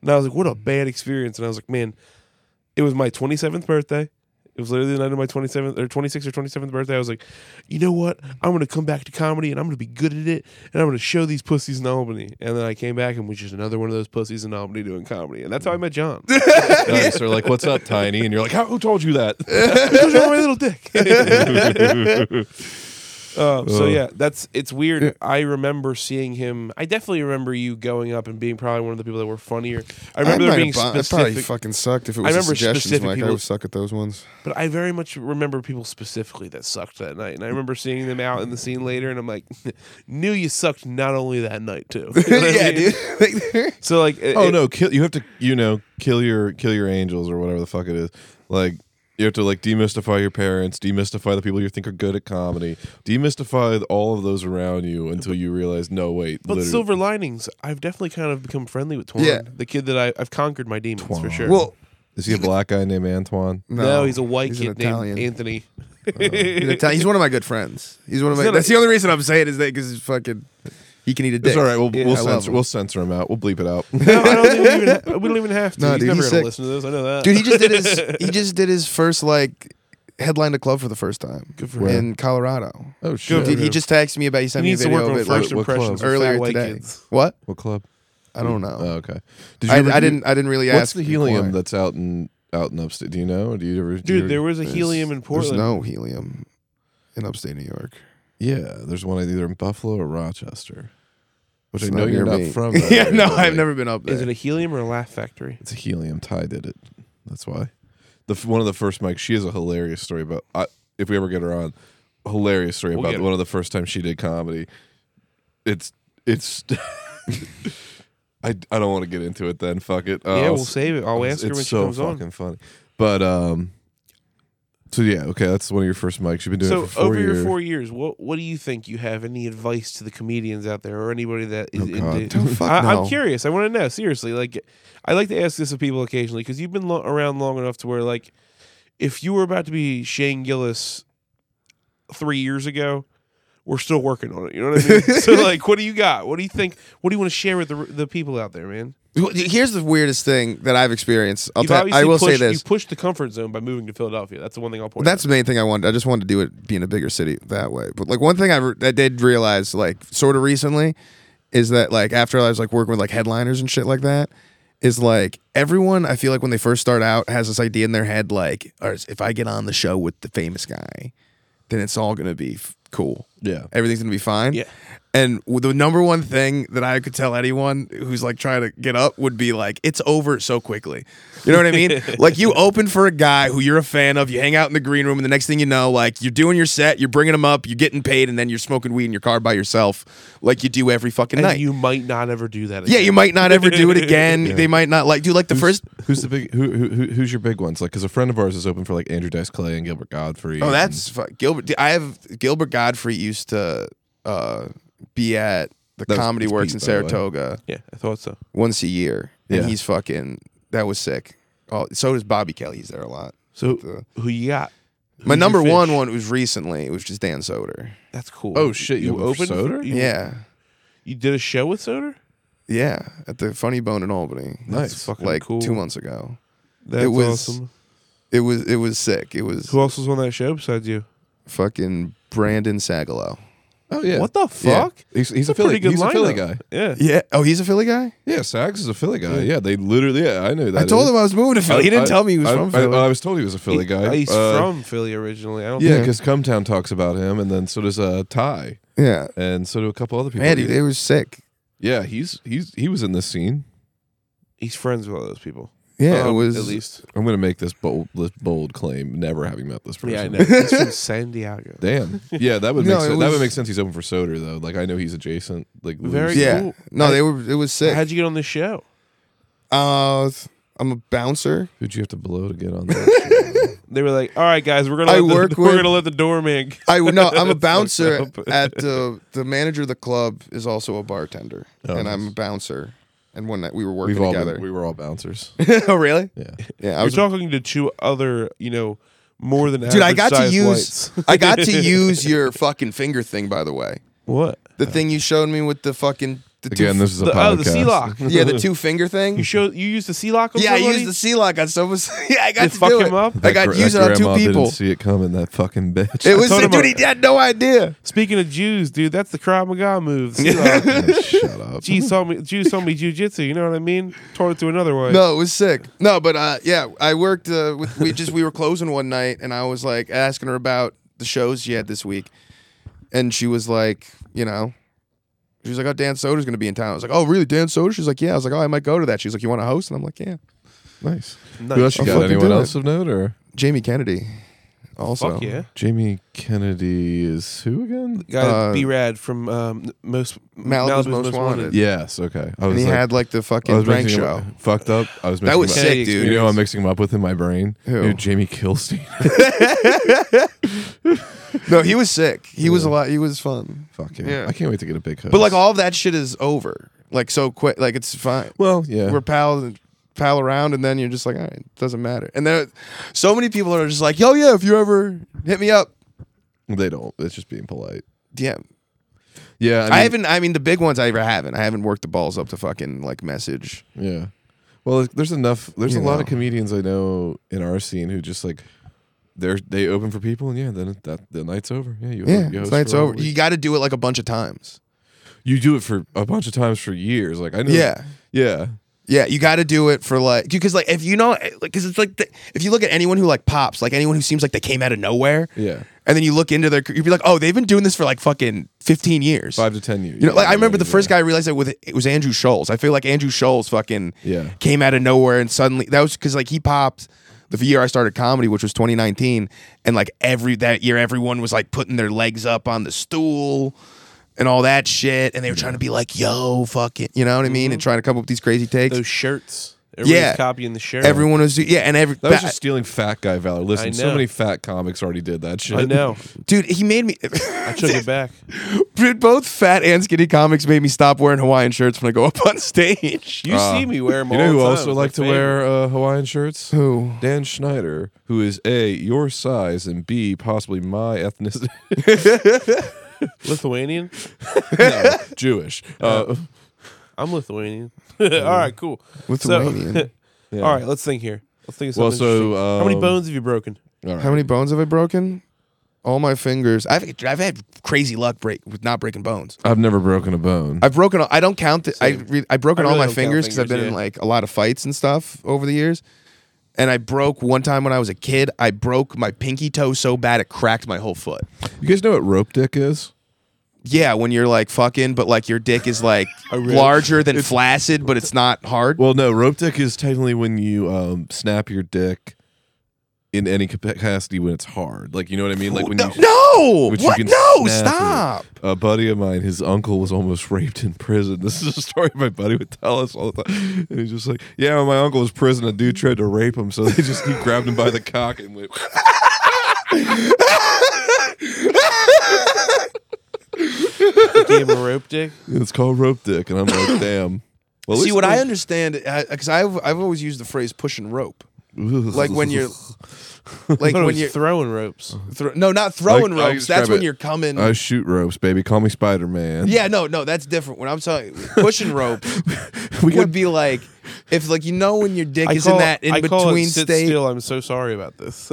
[SPEAKER 3] and I was like, "What a bad experience!" And I was like, "Man, it was my 27th birthday." It was literally the night of my 27th or 26th or 27th birthday. I was like, you know what? I'm going to come back to comedy and I'm going to be good at it and I'm going to show these pussies in Albany. And then I came back and was just another one of those pussies in Albany doing comedy. And that's how I met John.
[SPEAKER 5] Nice. Or like, what's up, Tiny? And you're like, How, who told you that?
[SPEAKER 3] Because you're my little dick. Um, so yeah, that's it's weird. I remember seeing him. I definitely remember you going up and being probably one of the people that were funnier. I remember there
[SPEAKER 4] might
[SPEAKER 3] being
[SPEAKER 4] have bon- it probably
[SPEAKER 3] specific,
[SPEAKER 4] fucking sucked if it
[SPEAKER 3] I
[SPEAKER 4] was a
[SPEAKER 3] remember
[SPEAKER 4] suggestions
[SPEAKER 3] specific
[SPEAKER 4] mic. I
[SPEAKER 3] people-
[SPEAKER 4] would suck at those ones.
[SPEAKER 3] but I very much remember people specifically that sucked that night. And I remember seeing them out in the scene later, and I'm like, knew you sucked not only that night too. You know what I mean?
[SPEAKER 4] dude.
[SPEAKER 3] So like, it-
[SPEAKER 5] oh
[SPEAKER 3] it-
[SPEAKER 5] no, kill you have to you know, kill your kill your angels or whatever the fuck it is. Like you have to like demystify your parents, demystify the people you think are good at comedy, demystify all of those around you until you realize, no, wait,
[SPEAKER 3] But
[SPEAKER 5] literally-
[SPEAKER 3] silver linings, I've definitely kind of become friendly with Twan,
[SPEAKER 4] Yeah.
[SPEAKER 3] the kid that I, I've conquered my demons for sure.
[SPEAKER 4] well,
[SPEAKER 5] is he a black guy named Antoine?
[SPEAKER 4] no,
[SPEAKER 3] no, he's a white
[SPEAKER 4] he's an
[SPEAKER 3] kid
[SPEAKER 4] Italian.
[SPEAKER 3] named Anthony.
[SPEAKER 4] He's, an Italian. he's one of my good friends. He's one of my.
[SPEAKER 3] not a-
[SPEAKER 4] That's the only reason I'm saying is that because he's fucking. He can eat a dick.
[SPEAKER 5] It's all right. We'll,
[SPEAKER 4] Yeah,
[SPEAKER 5] we'll
[SPEAKER 4] I love
[SPEAKER 5] censor
[SPEAKER 4] him.
[SPEAKER 5] we'll censor him out. We'll bleep it out.
[SPEAKER 3] no, I don't think we, even, we don't even have to.
[SPEAKER 4] No,
[SPEAKER 3] he's
[SPEAKER 4] dude,
[SPEAKER 3] never gonna
[SPEAKER 4] he's sick.
[SPEAKER 3] listen to this. I know that.
[SPEAKER 4] dude. He just did his. He just did his first like headline to club for the first time
[SPEAKER 3] Good for
[SPEAKER 5] Where?
[SPEAKER 4] in Colorado.
[SPEAKER 5] oh shit!
[SPEAKER 4] Dude, he just texted me about. He sent
[SPEAKER 3] he
[SPEAKER 4] me a
[SPEAKER 3] needs to work
[SPEAKER 4] video of
[SPEAKER 3] on
[SPEAKER 4] it
[SPEAKER 3] first
[SPEAKER 4] like,
[SPEAKER 5] what
[SPEAKER 3] impressions
[SPEAKER 5] clubs?
[SPEAKER 3] with fat
[SPEAKER 4] earlier
[SPEAKER 3] white
[SPEAKER 4] today.
[SPEAKER 3] kids.
[SPEAKER 4] What?
[SPEAKER 5] what club?
[SPEAKER 4] I don't know.
[SPEAKER 5] Oh, okay. Did
[SPEAKER 4] I,
[SPEAKER 5] ever
[SPEAKER 4] I
[SPEAKER 5] do-
[SPEAKER 4] didn't. I didn't really
[SPEAKER 5] What's
[SPEAKER 4] ask.
[SPEAKER 5] the helium
[SPEAKER 4] inquire.
[SPEAKER 5] that's out in out in upstate? Do you know? Do you ever? do you
[SPEAKER 3] Dude,
[SPEAKER 5] ever-
[SPEAKER 3] there was a
[SPEAKER 5] there's-
[SPEAKER 3] helium in
[SPEAKER 4] There's
[SPEAKER 3] Portland.
[SPEAKER 4] no helium in upstate New York.
[SPEAKER 5] Yeah, there's one either in Buffalo or Rochester, which
[SPEAKER 4] It's
[SPEAKER 5] I know
[SPEAKER 4] not
[SPEAKER 5] you're
[SPEAKER 4] near
[SPEAKER 5] not
[SPEAKER 4] me.
[SPEAKER 5] from. that
[SPEAKER 4] yeah,
[SPEAKER 5] area,
[SPEAKER 4] no,
[SPEAKER 5] but,
[SPEAKER 4] I've
[SPEAKER 5] like,
[SPEAKER 4] never been up there.
[SPEAKER 3] Is it a helium or a laugh factory?
[SPEAKER 5] It's a helium. Ty did it. That's why. The f- one of the first mics. She has a hilarious story about. I, if we ever get her on, hilarious story
[SPEAKER 3] We'll
[SPEAKER 5] about
[SPEAKER 3] get her.
[SPEAKER 5] one of the first times she did comedy. It's it's. I, I don't want to get into it then. Fuck it. Uh,
[SPEAKER 3] yeah,
[SPEAKER 5] I'll
[SPEAKER 3] we'll
[SPEAKER 5] s-
[SPEAKER 3] save it. I'll
[SPEAKER 5] it's-
[SPEAKER 3] ask her
[SPEAKER 5] it's
[SPEAKER 3] when she
[SPEAKER 5] so
[SPEAKER 3] comes on.
[SPEAKER 5] fucking funny. But um, so yeah, okay, that's one of your first mics. You've been doing
[SPEAKER 3] So
[SPEAKER 5] it for four
[SPEAKER 3] over
[SPEAKER 5] years.
[SPEAKER 3] your four years, what what do you think? You have any advice to the comedians out there, or anybody that is
[SPEAKER 5] Oh, God.
[SPEAKER 3] into?
[SPEAKER 4] Don't fuck
[SPEAKER 3] I,
[SPEAKER 4] no.
[SPEAKER 3] I'm curious. I want to know seriously. Like, I like to ask this of people occasionally because you've been lo- around long enough to where, like, if you were about to be Shane Gillis three years ago, we're still working on it. You know what I mean? so, like, what do you got? What do you think? What do you want to share with the the people out there, man?
[SPEAKER 4] Well, Here's the weirdest thing that I've experienced. I'll
[SPEAKER 3] You've
[SPEAKER 4] tell,
[SPEAKER 3] obviously
[SPEAKER 4] I will say
[SPEAKER 3] pushed-
[SPEAKER 4] this.
[SPEAKER 3] You pushed the comfort zone by moving to Philadelphia. That's the one thing I'll point.
[SPEAKER 4] That's
[SPEAKER 3] out.
[SPEAKER 4] the main thing I wanted. I just wanted to do it being a bigger city that way. But like one thing I, re- I did realize, like sort of recently, is that like after I was like working with like headliners and shit like that, is like everyone I feel like when they first start out has this idea in their head like "All right, if I get on the show with the famous guy, then it's all going to be f- cool.
[SPEAKER 5] Yeah.
[SPEAKER 4] Everything's going to be fine. Yeah. And w- the number one thing that I could tell anyone who's like trying to get up would be like it's over so quickly. You know what I mean? like you open for a guy who you're a fan of, you hang out in the green room and the next thing you know like you're doing your set, you're bringing him up, you're getting paid and then you're smoking weed in your car by yourself like you do every fucking
[SPEAKER 3] And
[SPEAKER 4] night.
[SPEAKER 3] you might not ever do that.
[SPEAKER 4] Yeah,
[SPEAKER 3] again.
[SPEAKER 4] you might not ever do it again. They might not like do like the first.
[SPEAKER 5] Who's the big? Who, who who- who's your big ones? Like, because a friend of ours is open for like Andrew Dice Clay and Gilbert Godfrey.
[SPEAKER 4] Oh,
[SPEAKER 5] and-
[SPEAKER 4] that's fu- Gilbert. I have Gilbert Godfrey used to uh, be at the
[SPEAKER 5] That was
[SPEAKER 4] Comedy
[SPEAKER 5] his
[SPEAKER 4] Works
[SPEAKER 5] beat,
[SPEAKER 4] in
[SPEAKER 5] by the way.
[SPEAKER 4] Saratoga
[SPEAKER 3] yeah, I thought so.
[SPEAKER 4] once a year, and
[SPEAKER 5] Yeah.
[SPEAKER 4] he's fucking. That was sick. Oh, so does Bobby Kelly. He's there a lot.
[SPEAKER 3] So
[SPEAKER 4] The-
[SPEAKER 3] who you got?
[SPEAKER 4] My
[SPEAKER 3] Who's your
[SPEAKER 4] number
[SPEAKER 3] fish?
[SPEAKER 4] one one was recently, which is Dan Soder.
[SPEAKER 3] That's cool.
[SPEAKER 5] Oh, shit, you opened
[SPEAKER 3] for-
[SPEAKER 5] for Soder?
[SPEAKER 3] you-
[SPEAKER 4] Yeah,
[SPEAKER 3] you did a show with Soder.
[SPEAKER 4] yeah, at the Funny Bone in Albany,
[SPEAKER 3] That's
[SPEAKER 5] nice.
[SPEAKER 3] fucking
[SPEAKER 4] like
[SPEAKER 3] cool.
[SPEAKER 4] two months ago.
[SPEAKER 3] That's
[SPEAKER 4] it was-
[SPEAKER 3] awesome.
[SPEAKER 4] It was it was sick. It was
[SPEAKER 3] Who else was on that show besides you?
[SPEAKER 4] fucking Brandon Sagalow.
[SPEAKER 5] Oh yeah.
[SPEAKER 3] What the
[SPEAKER 5] Yeah.
[SPEAKER 3] fuck?
[SPEAKER 5] He's, he's a
[SPEAKER 3] That's a pretty
[SPEAKER 5] Philly.
[SPEAKER 3] good
[SPEAKER 5] He's a Philly
[SPEAKER 3] lineup.
[SPEAKER 5] guy.
[SPEAKER 3] Yeah.
[SPEAKER 4] Yeah. Oh, he's a Philly guy.
[SPEAKER 5] Yeah, Sags is a Philly guy. Yeah, they literally. Yeah, I know that.
[SPEAKER 4] I told
[SPEAKER 5] dude.
[SPEAKER 4] him I was moving to Philly. he didn't
[SPEAKER 5] I-
[SPEAKER 4] tell me he was
[SPEAKER 5] I-
[SPEAKER 4] from
[SPEAKER 5] I-
[SPEAKER 3] uh,
[SPEAKER 4] Philly.
[SPEAKER 5] I, was told he was a Philly guy.
[SPEAKER 3] oh, He's
[SPEAKER 5] Uh,
[SPEAKER 3] from Philly originally. I don't think-
[SPEAKER 5] Yeah, because Cumtown talks about him, and then so does uh, Ty,
[SPEAKER 4] yeah.
[SPEAKER 5] and so do a couple other people.
[SPEAKER 4] Man, dude, they were sick.
[SPEAKER 5] yeah, he's he's he was in this scene.
[SPEAKER 3] he's friends with all those people.
[SPEAKER 4] Yeah, it
[SPEAKER 3] Um,
[SPEAKER 4] was
[SPEAKER 3] at least.
[SPEAKER 5] I'm gonna make this bold this bold claim, never having met this person.
[SPEAKER 3] Yeah, I know. He's from San Diego.
[SPEAKER 5] Damn. Yeah, that would
[SPEAKER 4] No,
[SPEAKER 5] make
[SPEAKER 4] it
[SPEAKER 5] sense. that
[SPEAKER 4] was-
[SPEAKER 5] would make sense. He's open for Soder though. Like I know he's adjacent. Like
[SPEAKER 3] Very
[SPEAKER 5] loose.
[SPEAKER 4] Yeah.
[SPEAKER 3] cool.
[SPEAKER 4] No, they were. It was sick.
[SPEAKER 3] How'd you get on this show?
[SPEAKER 4] Uh, I'm a bouncer.
[SPEAKER 5] Who'd you have to blow to get on that?
[SPEAKER 3] They were like, "All right, guys, we're gonna
[SPEAKER 4] I
[SPEAKER 3] let
[SPEAKER 4] work
[SPEAKER 3] the, we're
[SPEAKER 4] with-
[SPEAKER 3] gonna let the doorman."
[SPEAKER 4] I no, I'm a
[SPEAKER 3] That's
[SPEAKER 4] bouncer
[SPEAKER 3] fucked up.
[SPEAKER 4] at the the manager of the club is also a bartender,
[SPEAKER 5] Oh,
[SPEAKER 4] and
[SPEAKER 5] nice.
[SPEAKER 4] I'm a bouncer. And one night we were working
[SPEAKER 5] We've all
[SPEAKER 4] together.
[SPEAKER 5] been, we were all bouncers.
[SPEAKER 4] oh, really?
[SPEAKER 5] Yeah.
[SPEAKER 4] Yeah, I
[SPEAKER 3] You're
[SPEAKER 4] was.
[SPEAKER 3] talking to two other, you know, more than
[SPEAKER 4] Dude, I got to
[SPEAKER 3] average-sized
[SPEAKER 4] use.
[SPEAKER 3] whites.
[SPEAKER 4] I got to use your fucking finger thing, by the way.
[SPEAKER 3] what?
[SPEAKER 4] The thing you showed me with the fucking the
[SPEAKER 5] Again,
[SPEAKER 4] two,
[SPEAKER 5] this is a
[SPEAKER 3] The-
[SPEAKER 5] podcast.
[SPEAKER 3] oh, the sea lock.
[SPEAKER 4] yeah, the two finger thing.
[SPEAKER 3] You show you used the sea lock. On
[SPEAKER 4] Yeah, I
[SPEAKER 3] somebody?
[SPEAKER 4] used the sea lock on someone. Yeah, I got
[SPEAKER 3] Did
[SPEAKER 4] to
[SPEAKER 3] fuck
[SPEAKER 4] do
[SPEAKER 3] him
[SPEAKER 4] it.
[SPEAKER 3] up?
[SPEAKER 4] I got
[SPEAKER 5] gr-
[SPEAKER 4] used it on two
[SPEAKER 5] grandma
[SPEAKER 4] people.
[SPEAKER 5] Didn't see it coming. That fucking bitch.
[SPEAKER 4] It was
[SPEAKER 3] told him
[SPEAKER 4] dude.
[SPEAKER 3] I-
[SPEAKER 4] He had no idea.
[SPEAKER 3] Speaking of Jews, dude, that's the Krav Maga move. the sea lock.
[SPEAKER 5] Shut up.
[SPEAKER 3] Jews told me Jews told me jujitsu. You know what I mean? Taught it to another way.
[SPEAKER 4] No, it was sick. No, but uh, yeah, I worked. Uh, with, we just we were closing one night, and I was like asking her about the shows she had this week, and she was like, you know, she was like, oh, Dan Soder's gonna be in town. I was like, oh, really, Dan Soder? She's like, yeah. I was like, oh, I might go to that. She's like, you want to host? And I'm like, yeah.
[SPEAKER 5] Nice.
[SPEAKER 3] Nice.
[SPEAKER 5] Who else you
[SPEAKER 4] I'll
[SPEAKER 5] got?
[SPEAKER 4] fucking
[SPEAKER 5] Anyone
[SPEAKER 4] do
[SPEAKER 5] else of note or
[SPEAKER 4] Jamie Kennedy, also.
[SPEAKER 3] Fuck yeah.
[SPEAKER 5] Jamie Kennedy is who again?
[SPEAKER 3] Guy
[SPEAKER 4] Uh,
[SPEAKER 3] B Rad from um, most Malibu's
[SPEAKER 4] Malibu's Most Wanted.
[SPEAKER 5] Yes. Okay. I was
[SPEAKER 4] And he
[SPEAKER 5] like,
[SPEAKER 4] had like the
[SPEAKER 5] I
[SPEAKER 4] fucking
[SPEAKER 5] was
[SPEAKER 4] prank
[SPEAKER 5] mixing
[SPEAKER 4] show.
[SPEAKER 5] him up- fucked up. I was
[SPEAKER 4] That
[SPEAKER 5] mixing
[SPEAKER 4] was
[SPEAKER 5] him up-
[SPEAKER 4] sick, dude.
[SPEAKER 5] You know, I'm mixing him up with in my brain.
[SPEAKER 4] Who?
[SPEAKER 5] Dude, Jamie Kilstein.
[SPEAKER 4] No, he was sick. He was a lot. He was fun.
[SPEAKER 5] Fuck yeah.
[SPEAKER 4] Yeah.
[SPEAKER 5] I can't wait to get a big host.
[SPEAKER 4] But like all of that shit is over. Like so quick. Like it's fine.
[SPEAKER 5] well, yeah.
[SPEAKER 4] we're pal pal around and then you're just like all right it doesn't matter and then so many people are just like yo yeah if you ever hit me up
[SPEAKER 5] they don't. It's just being polite.
[SPEAKER 4] yeah
[SPEAKER 5] Yeah. I, mean,
[SPEAKER 4] I, haven't i mean the big ones i ever haven't i haven't worked the balls up to fucking like message
[SPEAKER 5] Yeah. Well, there's enough. There's a
[SPEAKER 4] You
[SPEAKER 5] lot
[SPEAKER 4] know.
[SPEAKER 5] of comedians I know in our scene who just like they're they open for people and yeah, then that the night's over. Yeah, you
[SPEAKER 4] yeah
[SPEAKER 5] you
[SPEAKER 4] it's
[SPEAKER 5] host
[SPEAKER 4] night's
[SPEAKER 5] for all
[SPEAKER 4] over
[SPEAKER 5] week.
[SPEAKER 4] you got to do it like a bunch of times
[SPEAKER 5] You do it for a bunch of times for years. Like I know.
[SPEAKER 4] yeah
[SPEAKER 5] Yeah.
[SPEAKER 4] yeah you got to do it for like because like if you know like because it's like the, if you look at anyone who like pops like anyone who seems like they came out of nowhere
[SPEAKER 5] Yeah.
[SPEAKER 4] and then you look into their you'd be like oh they've been doing this for like fucking 15 years
[SPEAKER 5] Five to ten years.
[SPEAKER 4] You know, like I
[SPEAKER 5] Yeah,
[SPEAKER 4] remember the
[SPEAKER 5] yeah.
[SPEAKER 4] first guy I realized that with it was Andrew Scholes. I feel like Andrew Scholes fucking
[SPEAKER 5] Yeah.
[SPEAKER 4] came out of nowhere and suddenly that was because like he popped the year I started comedy, which was 2019, and like every that year everyone was like putting their legs up on the stool and all that shit, and they were trying to be like, "Yo, fuck it," you know what I mean, and
[SPEAKER 5] Mm-hmm.
[SPEAKER 4] trying to come up with these crazy takes.
[SPEAKER 3] Those shirts. Everybody's
[SPEAKER 4] Yeah.
[SPEAKER 3] copying the shirt.
[SPEAKER 4] everyone was yeah, and every
[SPEAKER 5] That was
[SPEAKER 4] ba-
[SPEAKER 5] just stealing fat guy valor. Listen, so
[SPEAKER 3] know.
[SPEAKER 5] many fat comics already did that shit.
[SPEAKER 3] I know.
[SPEAKER 4] dude, he made me.
[SPEAKER 3] I took it back.
[SPEAKER 4] Dude, both fat and skinny comics made me stop wearing Hawaiian shirts when I go up on stage.
[SPEAKER 3] You see me wear 'em
[SPEAKER 5] You
[SPEAKER 3] all
[SPEAKER 5] know who
[SPEAKER 3] the time.
[SPEAKER 5] also
[SPEAKER 3] It's
[SPEAKER 5] like
[SPEAKER 3] my
[SPEAKER 5] to
[SPEAKER 3] favorite.
[SPEAKER 5] wear uh, Hawaiian shirts?
[SPEAKER 4] Who?
[SPEAKER 5] Dan Schneider, who is A, your size, and B, possibly my ethnicity.
[SPEAKER 3] Lithuanian?
[SPEAKER 5] no, Jewish. Uh,
[SPEAKER 3] I'm Lithuanian. all right, cool.
[SPEAKER 4] Lithuanian.
[SPEAKER 3] So,
[SPEAKER 5] yeah.
[SPEAKER 3] all right, let's think here. Let's think of
[SPEAKER 5] Well,
[SPEAKER 3] something.
[SPEAKER 5] so,
[SPEAKER 3] interesting. how many
[SPEAKER 5] um,
[SPEAKER 3] bones have you broken?
[SPEAKER 5] All right.
[SPEAKER 4] How many bones have I broken? All my fingers. I've I've had crazy luck break with not breaking bones.
[SPEAKER 5] I've never broken a bone.
[SPEAKER 4] I've broken. all- I don't count. The, I re, I've broken
[SPEAKER 3] I
[SPEAKER 4] all
[SPEAKER 3] really
[SPEAKER 4] my
[SPEAKER 3] don't count
[SPEAKER 4] fingers because I've
[SPEAKER 3] fingers,
[SPEAKER 4] been in
[SPEAKER 3] yeah.
[SPEAKER 4] like a lot of fights and stuff over the years. And I broke one time when I was a kid. I broke my pinky toe so bad it cracked my whole foot.
[SPEAKER 5] you guys know what rope dick is?
[SPEAKER 4] Yeah, when you're like fucking, but like your dick is like
[SPEAKER 5] Oh, really-
[SPEAKER 4] larger than flaccid, but it's not hard.
[SPEAKER 5] Well, no, rope dick is technically when you um, snap your dick in any capacity when it's hard. Like you know what I mean? Like when
[SPEAKER 4] no,
[SPEAKER 5] you
[SPEAKER 4] no,
[SPEAKER 5] which you
[SPEAKER 4] what?
[SPEAKER 5] can
[SPEAKER 4] No,
[SPEAKER 5] snap it.
[SPEAKER 4] stop.
[SPEAKER 5] a buddy of mine, his uncle was almost raped in prison. This is a story my buddy would tell us all the time. And he's just like, Yeah, when my uncle was in prison, a dude tried to rape him, so they just he grabbed him by the cock and went
[SPEAKER 3] Game of rope dick.
[SPEAKER 5] It's called rope dick. And I'm like, damn. Well, at
[SPEAKER 4] See
[SPEAKER 5] least
[SPEAKER 4] what
[SPEAKER 5] they-
[SPEAKER 4] I understand because I've I've always used the phrase pushing rope, like when you're like
[SPEAKER 3] Like
[SPEAKER 4] when you're
[SPEAKER 3] throwing
[SPEAKER 5] Uh-huh.
[SPEAKER 3] ropes.
[SPEAKER 4] thro- no not throwing
[SPEAKER 5] I- I
[SPEAKER 4] ropes. That's
[SPEAKER 5] describe
[SPEAKER 4] when
[SPEAKER 5] it.
[SPEAKER 4] you're coming.
[SPEAKER 5] I shoot ropes, baby. Call me Spider Man.
[SPEAKER 4] yeah, no, no, that's different. When I'm telling pushing rope
[SPEAKER 5] we
[SPEAKER 4] would
[SPEAKER 5] got
[SPEAKER 4] be like if like you know when your dick is in that in
[SPEAKER 3] I call
[SPEAKER 4] between
[SPEAKER 3] it sit
[SPEAKER 4] state.
[SPEAKER 3] Still, I'm so sorry about this.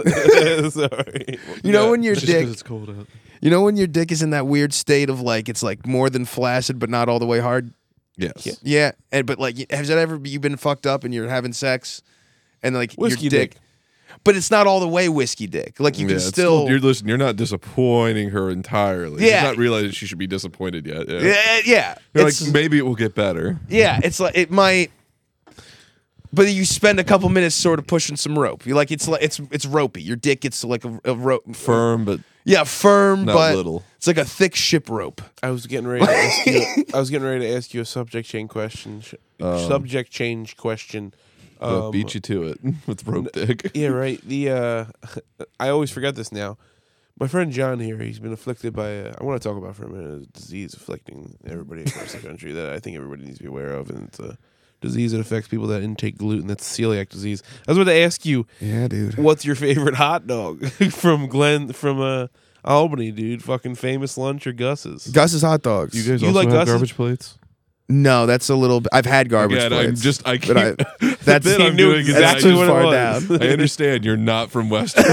[SPEAKER 3] sorry.
[SPEAKER 4] You know when your
[SPEAKER 5] It's just 'cause
[SPEAKER 4] dick
[SPEAKER 5] It's cold out.
[SPEAKER 4] You know when your dick is in that weird state of like it's like more than flaccid but not all the way hard.
[SPEAKER 5] Yes.
[SPEAKER 4] Yeah, and but like has that ever you been fucked up and you're having sex and like
[SPEAKER 3] Whiskey
[SPEAKER 4] your dick,
[SPEAKER 3] dick.
[SPEAKER 4] but it's not all the way whiskey dick. Like you
[SPEAKER 5] Yeah,
[SPEAKER 4] can
[SPEAKER 5] it's
[SPEAKER 4] still,
[SPEAKER 5] you're listen. You're not disappointing her entirely.
[SPEAKER 4] Yeah.
[SPEAKER 5] She's not realizing she should be disappointed yet. Yeah.
[SPEAKER 4] yeah, yeah.
[SPEAKER 5] You're
[SPEAKER 4] It's-
[SPEAKER 5] like maybe it will get better.
[SPEAKER 4] Yeah, it's like it might. But you spend a couple minutes sort of pushing some rope. You like it's like it's it's ropey. Your dick gets like a, a rope.
[SPEAKER 5] Firm, but
[SPEAKER 4] yeah, firm,
[SPEAKER 5] Not
[SPEAKER 4] but
[SPEAKER 5] little.
[SPEAKER 4] it's like a thick ship rope.
[SPEAKER 3] I was getting ready to ask you. I was getting ready to ask you a subject change question. Sh- subject change question.
[SPEAKER 5] they'll
[SPEAKER 3] Um,
[SPEAKER 5] uh, beat you to it with rope dick.
[SPEAKER 3] Yeah, right. The uh, I always forget this now. My friend John here, he's been afflicted by. A, I want to talk about for a minute a disease afflicting everybody across the country that I think everybody needs to be aware of, and it's a disease that affects people that intake gluten. That's celiac disease. I was about to ask you,
[SPEAKER 4] Yeah, dude.
[SPEAKER 3] what's your favorite hot dog from Glen from uh, Albany, dude? Fucking famous lunch or Gus's?
[SPEAKER 4] Gus's hot dogs.
[SPEAKER 5] You guys
[SPEAKER 3] You
[SPEAKER 5] also
[SPEAKER 3] like
[SPEAKER 5] have
[SPEAKER 3] Gus's-
[SPEAKER 5] garbage plates.
[SPEAKER 4] no, that's a little. I've had garbage.
[SPEAKER 5] Again, I'm
[SPEAKER 4] plates.
[SPEAKER 5] just I
[SPEAKER 4] But I-
[SPEAKER 5] can't.
[SPEAKER 4] that's-
[SPEAKER 5] the bit
[SPEAKER 4] He
[SPEAKER 5] I'm
[SPEAKER 3] knew
[SPEAKER 5] doing is
[SPEAKER 4] exactly
[SPEAKER 5] I just-
[SPEAKER 4] what it was.
[SPEAKER 5] I understand you're not from Western.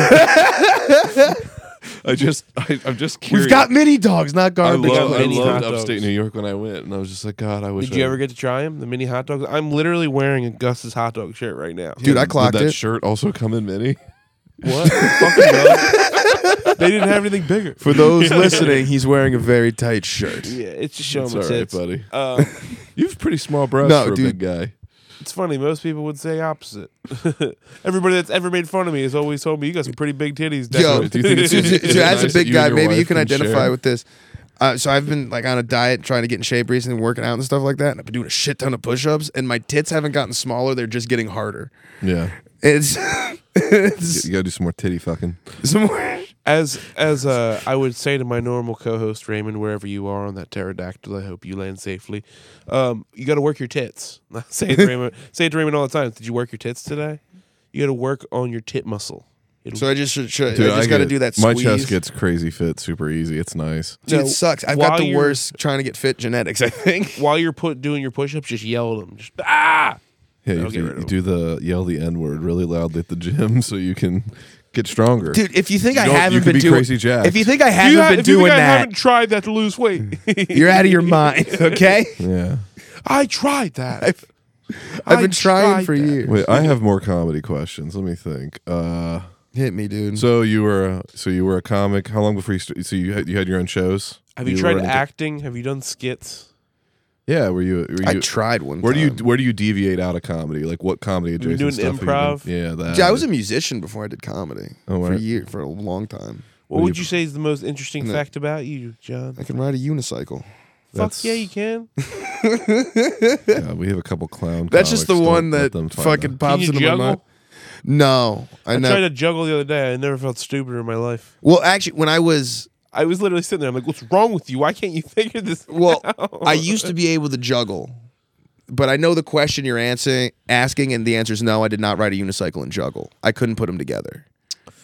[SPEAKER 5] I just I, I'm just curious.
[SPEAKER 4] We've got mini dogs, not
[SPEAKER 5] I
[SPEAKER 4] garbage.
[SPEAKER 5] love I
[SPEAKER 3] mini hot
[SPEAKER 5] loved
[SPEAKER 3] dogs.
[SPEAKER 5] upstate New York when I went, and I was just like, God, I wish.
[SPEAKER 3] Did
[SPEAKER 5] I
[SPEAKER 3] you ever get to try them? The mini hot dogs. I'm literally wearing a Gus's hot dog shirt right now.
[SPEAKER 4] Dude, I clocked
[SPEAKER 5] Did that
[SPEAKER 4] it.
[SPEAKER 5] shirt also come in mini?
[SPEAKER 3] What? Fucking no. They didn't have anything bigger.
[SPEAKER 4] For those listening, he's wearing a very tight shirt.
[SPEAKER 3] Yeah, it's just showing
[SPEAKER 5] It's
[SPEAKER 3] my
[SPEAKER 5] all right,
[SPEAKER 3] tits.
[SPEAKER 5] buddy.
[SPEAKER 3] Uh,
[SPEAKER 5] You have pretty small breasts
[SPEAKER 4] No,
[SPEAKER 5] for a big
[SPEAKER 4] dude.
[SPEAKER 5] guy.
[SPEAKER 3] it's funny. Most people would say opposite. Everybody that's ever made fun of me has always told me you got some pretty big titties.
[SPEAKER 4] Yo,
[SPEAKER 3] Declan."
[SPEAKER 5] Do you think it's-
[SPEAKER 4] so- so-
[SPEAKER 5] it's
[SPEAKER 4] so
[SPEAKER 5] nice
[SPEAKER 4] as a
[SPEAKER 5] that
[SPEAKER 4] big
[SPEAKER 5] you
[SPEAKER 4] guy,
[SPEAKER 5] and your
[SPEAKER 4] maybe you
[SPEAKER 5] wife
[SPEAKER 4] can
[SPEAKER 5] can
[SPEAKER 4] identify
[SPEAKER 5] share?
[SPEAKER 4] with this. Uh, so I've been like on a diet, trying to get in shape recently, working out and stuff like that. And I've been doing a shit ton of push-ups, and my tits haven't gotten smaller; they're just getting harder.
[SPEAKER 5] Yeah,
[SPEAKER 4] It's,
[SPEAKER 5] you,
[SPEAKER 4] it's
[SPEAKER 5] gotta do some more titty fucking.
[SPEAKER 4] some more.
[SPEAKER 3] as as uh, I would say to my normal co-host Raymond, wherever you are on that pterodactyl, I hope you land safely. Um, you got to work your tits. say it, to Raymond. Say it to Raymond all the time. Did you work your tits today? You got to work on your tit muscle. It'll-
[SPEAKER 4] So I just should, should I just got to
[SPEAKER 5] get-
[SPEAKER 4] do that.
[SPEAKER 5] My
[SPEAKER 4] squeeze.
[SPEAKER 5] chest gets crazy fit super easy. It's nice.
[SPEAKER 4] Dude,
[SPEAKER 3] No,
[SPEAKER 4] it sucks. I've
[SPEAKER 3] while
[SPEAKER 4] got the
[SPEAKER 3] you're-
[SPEAKER 4] worst trying to get fit genetics. I think.
[SPEAKER 3] while you're put doing your push-ups, just yell at them. Just ah.
[SPEAKER 5] Yeah, you,
[SPEAKER 3] That'll get
[SPEAKER 5] do,
[SPEAKER 3] rid of
[SPEAKER 5] you
[SPEAKER 3] them.
[SPEAKER 5] do the yell the n word really loudly at the gym so you can get stronger.
[SPEAKER 4] Dude, if you think I
[SPEAKER 5] don't- you
[SPEAKER 4] haven't
[SPEAKER 5] could
[SPEAKER 4] been
[SPEAKER 5] be
[SPEAKER 4] doing,
[SPEAKER 5] crazy jacked.
[SPEAKER 4] if you think I
[SPEAKER 3] If you
[SPEAKER 4] haven't
[SPEAKER 3] ha-
[SPEAKER 4] been
[SPEAKER 3] if you think
[SPEAKER 4] doing
[SPEAKER 3] I
[SPEAKER 4] that,
[SPEAKER 3] haven't tried that to lose weight.
[SPEAKER 4] you're out of your mind. Okay,
[SPEAKER 5] Yeah.
[SPEAKER 3] I tried that.
[SPEAKER 4] I've, I've been trying for years.
[SPEAKER 5] Wait, I have more comedy questions. Let me think. Uh,
[SPEAKER 4] Hit me, dude.
[SPEAKER 5] so you were so you were a comic. How long before you st- so you had, you had your own shows?
[SPEAKER 3] Have you,
[SPEAKER 5] were
[SPEAKER 3] tried
[SPEAKER 5] running-
[SPEAKER 3] acting? Have you done skits?
[SPEAKER 5] Yeah. Were you? Were
[SPEAKER 4] I um,
[SPEAKER 5] you
[SPEAKER 4] tried one.
[SPEAKER 5] where do you
[SPEAKER 4] time.
[SPEAKER 5] where do you deviate out of comedy? Like what comedy
[SPEAKER 3] Were you
[SPEAKER 5] adjacent
[SPEAKER 3] doing
[SPEAKER 5] stuff? have
[SPEAKER 3] improv?
[SPEAKER 5] you done? Yeah. That.
[SPEAKER 4] Yeah, I was a musician before I did comedy
[SPEAKER 5] Oh,
[SPEAKER 4] for a
[SPEAKER 5] right.
[SPEAKER 4] year for a long time.
[SPEAKER 3] What
[SPEAKER 5] Were
[SPEAKER 3] would
[SPEAKER 5] you-
[SPEAKER 3] you say is the most interesting
[SPEAKER 4] No.
[SPEAKER 3] fact about you, John?
[SPEAKER 4] I can ride a unicycle.
[SPEAKER 3] Fuck
[SPEAKER 5] That's-
[SPEAKER 3] yeah, you can.
[SPEAKER 5] yeah, we have a couple clown.
[SPEAKER 4] That's just the
[SPEAKER 5] comics. Don't
[SPEAKER 4] one
[SPEAKER 5] let
[SPEAKER 4] Oh, that
[SPEAKER 5] them find
[SPEAKER 4] fucking
[SPEAKER 3] Can
[SPEAKER 5] out.
[SPEAKER 4] pops
[SPEAKER 3] you
[SPEAKER 4] into my mind.
[SPEAKER 3] juggle?
[SPEAKER 4] No, I,
[SPEAKER 3] I
[SPEAKER 4] know.
[SPEAKER 3] tried to juggle the other day. I never felt stupider in my life.
[SPEAKER 4] well, actually, when I was
[SPEAKER 3] I was literally sitting there. I'm like, "What's wrong with you? Why can't you figure this?"
[SPEAKER 4] well,
[SPEAKER 3] out?"
[SPEAKER 4] I used to be able to juggle, but I know the question you're answering, asking, and the answer is no. I did not ride a unicycle and juggle. I couldn't put them together.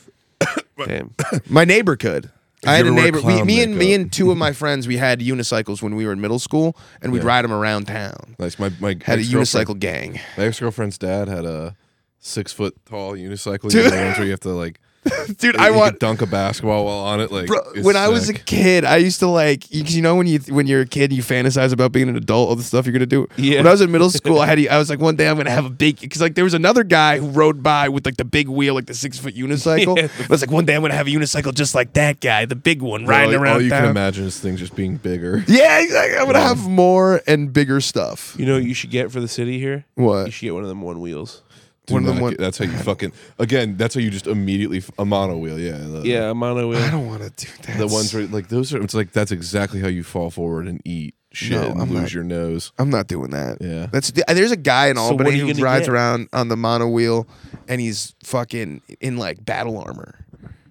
[SPEAKER 3] Damn.
[SPEAKER 4] My neighbor could. I had
[SPEAKER 5] you
[SPEAKER 4] a
[SPEAKER 5] ever wear
[SPEAKER 4] neighbor. We,
[SPEAKER 5] clown
[SPEAKER 4] me and me
[SPEAKER 5] makeup?
[SPEAKER 4] and two of my friends, we had unicycles when we were in middle school, and we'd 'em ride them around town.
[SPEAKER 5] Nice. My my
[SPEAKER 4] Had a
[SPEAKER 5] ex-girlfriend-
[SPEAKER 4] unicycle gang.
[SPEAKER 5] My ex girlfriend's dad had a six foot tall unicycle. You know, the ones where you have to like
[SPEAKER 4] dude.
[SPEAKER 5] You
[SPEAKER 4] I
[SPEAKER 5] could
[SPEAKER 4] want
[SPEAKER 5] dunk a basketball while on it. Like
[SPEAKER 4] Bro,
[SPEAKER 5] it's
[SPEAKER 4] when I was a
[SPEAKER 5] sick.
[SPEAKER 4] kid, I used to like because you know when you when you're a kid, you fantasize about being an adult, all the stuff you're gonna do.
[SPEAKER 3] Yeah.
[SPEAKER 4] When I was in middle school, I had I was like, one day I'm gonna have a big because like there was another guy who rode by with like the big wheel, like the six foot unicycle. I was like, one day I'm gonna have a unicycle just like that guy, the big one,
[SPEAKER 5] Where,
[SPEAKER 4] riding
[SPEAKER 5] like,
[SPEAKER 4] around
[SPEAKER 5] all you
[SPEAKER 4] town.
[SPEAKER 5] can imagine is things just being bigger.
[SPEAKER 4] yeah, exactly. I'm gonna have more and bigger stuff.
[SPEAKER 3] You know what you should get for the city here?
[SPEAKER 4] What?
[SPEAKER 3] You should get one of them one wheels.
[SPEAKER 5] Do
[SPEAKER 4] One of them
[SPEAKER 5] not
[SPEAKER 4] went-
[SPEAKER 5] get- That's how you fucking. Again, that's how you just immediately f- a mono wheel. Yeah. the-
[SPEAKER 3] Yeah, a mono
[SPEAKER 4] I
[SPEAKER 3] wheel.
[SPEAKER 4] don't want to do that.
[SPEAKER 5] The ones where like those are. It's like that's exactly how you fall forward and eat shit
[SPEAKER 4] No,
[SPEAKER 5] and
[SPEAKER 4] I'm
[SPEAKER 5] lose
[SPEAKER 4] not-
[SPEAKER 5] your nose.
[SPEAKER 4] I'm not doing that.
[SPEAKER 5] Yeah.
[SPEAKER 4] That's there's a guy in
[SPEAKER 3] So what are
[SPEAKER 4] Albany
[SPEAKER 3] you
[SPEAKER 4] who
[SPEAKER 3] gonna
[SPEAKER 4] rides
[SPEAKER 3] get?
[SPEAKER 4] around on the mono wheel, and he's fucking in like battle armor.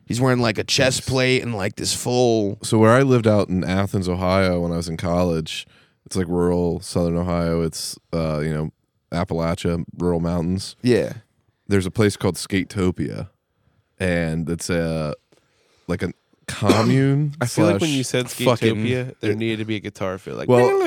[SPEAKER 4] He's wearing like a chest plate and like this full.
[SPEAKER 5] so where I lived out in Athens, Ohio, when I was in college, it's like rural southern Ohio. It's uh, you know Appalachia, rural mountains.
[SPEAKER 4] Yeah.
[SPEAKER 5] There's a place called Skatopia, and it's a like a commune.
[SPEAKER 3] I feel like when
[SPEAKER 5] slash
[SPEAKER 3] you said
[SPEAKER 5] fucking-
[SPEAKER 3] Skatopia, there needed to be a guitar fit. Like,
[SPEAKER 5] Well-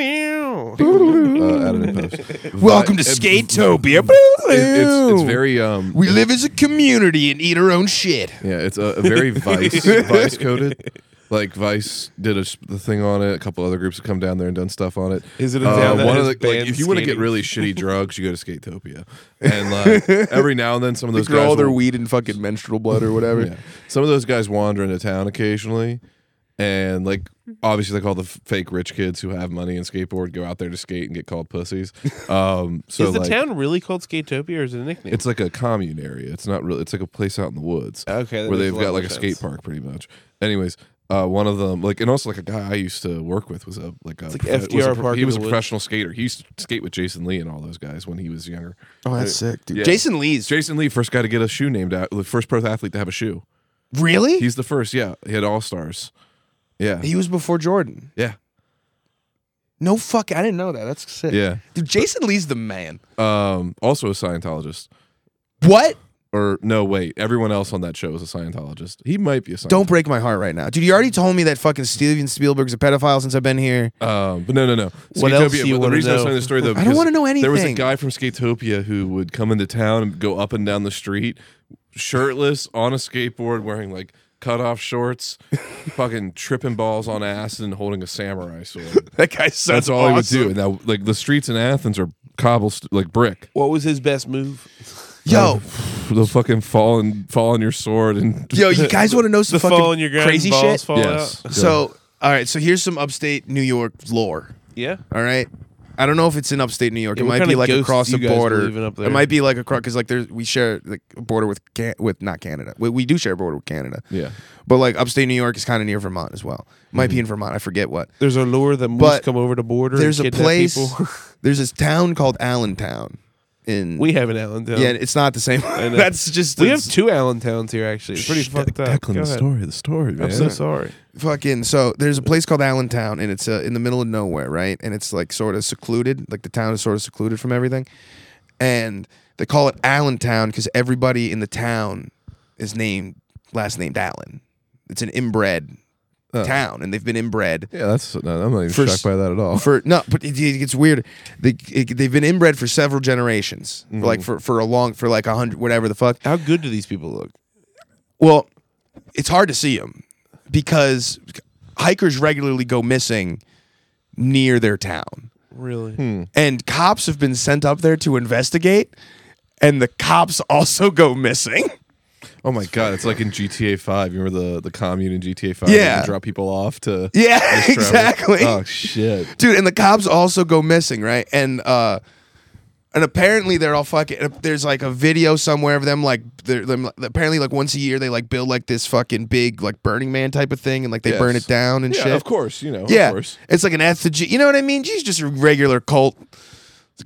[SPEAKER 5] uh, added in post.
[SPEAKER 4] Welcome to
[SPEAKER 5] Vi-
[SPEAKER 4] Skatopia.
[SPEAKER 5] It, it's, it's very um.
[SPEAKER 4] We live as a community and eat our own shit.
[SPEAKER 5] Yeah, it's a, a very vice vice coded. Like Vice did a, the thing on it. A couple other groups have come down there and done stuff on it. Uh,
[SPEAKER 3] Is it a town that
[SPEAKER 5] one
[SPEAKER 3] has
[SPEAKER 5] of the, like,
[SPEAKER 3] banned
[SPEAKER 5] if you want to get
[SPEAKER 3] skating?
[SPEAKER 5] really shitty drugs, you go to Skatopia, and like every now and then some of those guys will-
[SPEAKER 4] weed and fucking menstrual blood or whatever.
[SPEAKER 5] yeah. Some of those guys wander into town occasionally, and like obviously like all the f- fake rich kids who have money and skateboard go out there to skate and get called pussies. Um, so
[SPEAKER 3] is the
[SPEAKER 5] like,
[SPEAKER 3] town really called Skatopia or is it a nickname?
[SPEAKER 5] It's like a commune area. It's not really. It's like a place out in the woods.
[SPEAKER 3] Okay, that
[SPEAKER 5] where
[SPEAKER 3] makes
[SPEAKER 5] they've
[SPEAKER 3] a lot
[SPEAKER 5] got
[SPEAKER 3] more
[SPEAKER 5] like a
[SPEAKER 3] sense.
[SPEAKER 5] skate park, pretty much. Anyways, uh, one of them, like, and also like a guy I used to work with was a like a,
[SPEAKER 3] like
[SPEAKER 5] prof- was
[SPEAKER 3] FDR
[SPEAKER 5] a pro-
[SPEAKER 3] Park
[SPEAKER 5] He
[SPEAKER 3] in
[SPEAKER 5] was a
[SPEAKER 3] the woods.
[SPEAKER 5] professional skater. He used to skate with Jason Lee and all those guys when he was younger.
[SPEAKER 4] Oh, that's sick, dude.
[SPEAKER 5] Yeah.
[SPEAKER 4] Jason Lee's
[SPEAKER 5] Jason Lee, first guy to get a shoe named out, the first pro athlete to have a shoe.
[SPEAKER 4] really?
[SPEAKER 5] He's the first. Yeah, he had all stars. Yeah,
[SPEAKER 4] he was before Jordan.
[SPEAKER 5] yeah,
[SPEAKER 4] No fuck, I didn't know that. That's sick.
[SPEAKER 5] yeah.
[SPEAKER 4] Dude, Jason Lee's the man.
[SPEAKER 5] Um, also a Scientologist.
[SPEAKER 4] What?
[SPEAKER 5] Or no, wait. Everyone else on that show is a Scientologist. He might be a Scientologist.
[SPEAKER 4] Don't break my heart right now, dude. You already told me that fucking Steven Spielberg's a pedophile since I've been here.
[SPEAKER 5] Um, but no, no, no.
[SPEAKER 3] What else do you
[SPEAKER 5] well,
[SPEAKER 3] wanna
[SPEAKER 5] The reason I was
[SPEAKER 3] know?
[SPEAKER 5] telling the story though,
[SPEAKER 4] don't
[SPEAKER 5] because
[SPEAKER 4] wanna know
[SPEAKER 5] There was a
[SPEAKER 4] anything.
[SPEAKER 5] guy from Skatopia who would come into town and go up and down the street, shirtless, on a skateboard, wearing like cut-off shorts, fucking tripping balls on acid, and holding a samurai sword.
[SPEAKER 4] That guy sounds
[SPEAKER 5] That's all he would do. And now, like the streets in Athens are cobblest like brick.
[SPEAKER 3] what was his best move?
[SPEAKER 4] Yo,
[SPEAKER 5] The fucking fall and fall on your sword and
[SPEAKER 4] yo, you guys want to know some
[SPEAKER 3] The
[SPEAKER 4] fucking
[SPEAKER 3] fall in your ground
[SPEAKER 4] crazy
[SPEAKER 3] balls
[SPEAKER 4] shit?
[SPEAKER 3] fall
[SPEAKER 5] yes.
[SPEAKER 3] out.
[SPEAKER 4] So, all right, so here's some upstate New York lore.
[SPEAKER 3] Yeah.
[SPEAKER 4] All right. I don't know if it's in upstate New York.
[SPEAKER 3] Yeah,
[SPEAKER 4] it
[SPEAKER 3] what
[SPEAKER 4] might
[SPEAKER 3] kind
[SPEAKER 4] be
[SPEAKER 3] of
[SPEAKER 4] like
[SPEAKER 3] ghosts
[SPEAKER 4] across
[SPEAKER 3] do
[SPEAKER 4] the
[SPEAKER 3] you guys
[SPEAKER 4] border.
[SPEAKER 3] believe in up
[SPEAKER 4] It
[SPEAKER 3] there?
[SPEAKER 4] might be like across because like there's we share like a border with can with not Canada. We, we do share a border with Canada.
[SPEAKER 5] Yeah.
[SPEAKER 4] But like upstate New York is kind of near Vermont as well. Might
[SPEAKER 3] Hmm.
[SPEAKER 4] be in Vermont. I forget what.
[SPEAKER 3] There's a lure that moose
[SPEAKER 4] But
[SPEAKER 3] come over the border.
[SPEAKER 4] There's
[SPEAKER 3] and
[SPEAKER 4] a
[SPEAKER 3] kidnap
[SPEAKER 4] place.
[SPEAKER 3] people.
[SPEAKER 4] there's this town called Allentown. In
[SPEAKER 3] we have an Allentown.
[SPEAKER 4] yeah, it's not the same.
[SPEAKER 3] know.
[SPEAKER 4] That's just
[SPEAKER 3] we have
[SPEAKER 4] it's-
[SPEAKER 3] two Allentowns here actually. It's pretty
[SPEAKER 5] Shh,
[SPEAKER 3] fucked up.
[SPEAKER 5] Declan,
[SPEAKER 3] Go
[SPEAKER 5] the
[SPEAKER 3] ahead.
[SPEAKER 5] story, the story, man.
[SPEAKER 3] I'm so sorry.
[SPEAKER 4] fucking so there's a place called Allentown and it's uh, in the middle of nowhere, right? And it's like sort of secluded, like the town is sort of secluded from everything. And they call it Allentown because everybody in the town is named last named Allen. It's an inbred town, and they've been inbred
[SPEAKER 5] Yeah, that's no, I'm not even
[SPEAKER 4] For
[SPEAKER 5] shocked by that at all.
[SPEAKER 4] for no, but it, it gets weird. They it, they've been inbred for several generations, for like for for a long for like a hundred whatever the fuck.
[SPEAKER 3] How good do these people look?
[SPEAKER 4] Well, it's hard to see them because hikers regularly go missing near their town.
[SPEAKER 3] Really?
[SPEAKER 4] Hmm. And cops have been sent up there to investigate, and the cops also go missing.
[SPEAKER 5] Oh my god, it's like in GTA Five. You remember the the commune in GTA Five?
[SPEAKER 4] Yeah.
[SPEAKER 5] you drop people off to
[SPEAKER 4] Yeah,
[SPEAKER 5] just travel?
[SPEAKER 4] exactly.
[SPEAKER 5] Oh shit.
[SPEAKER 4] Dude, and the cops also go missing, right? And uh and apparently they're all fucking uh, there's like a video somewhere of them like they're them apparently like once a year they like build like this fucking big like Burning Man type of thing and like they
[SPEAKER 5] Yes.
[SPEAKER 4] burn it down and
[SPEAKER 5] yeah,
[SPEAKER 4] shit.
[SPEAKER 5] of course. You know,
[SPEAKER 4] yeah,
[SPEAKER 5] of course.
[SPEAKER 4] it's like an effigy. You know what I mean? She's just a regular cult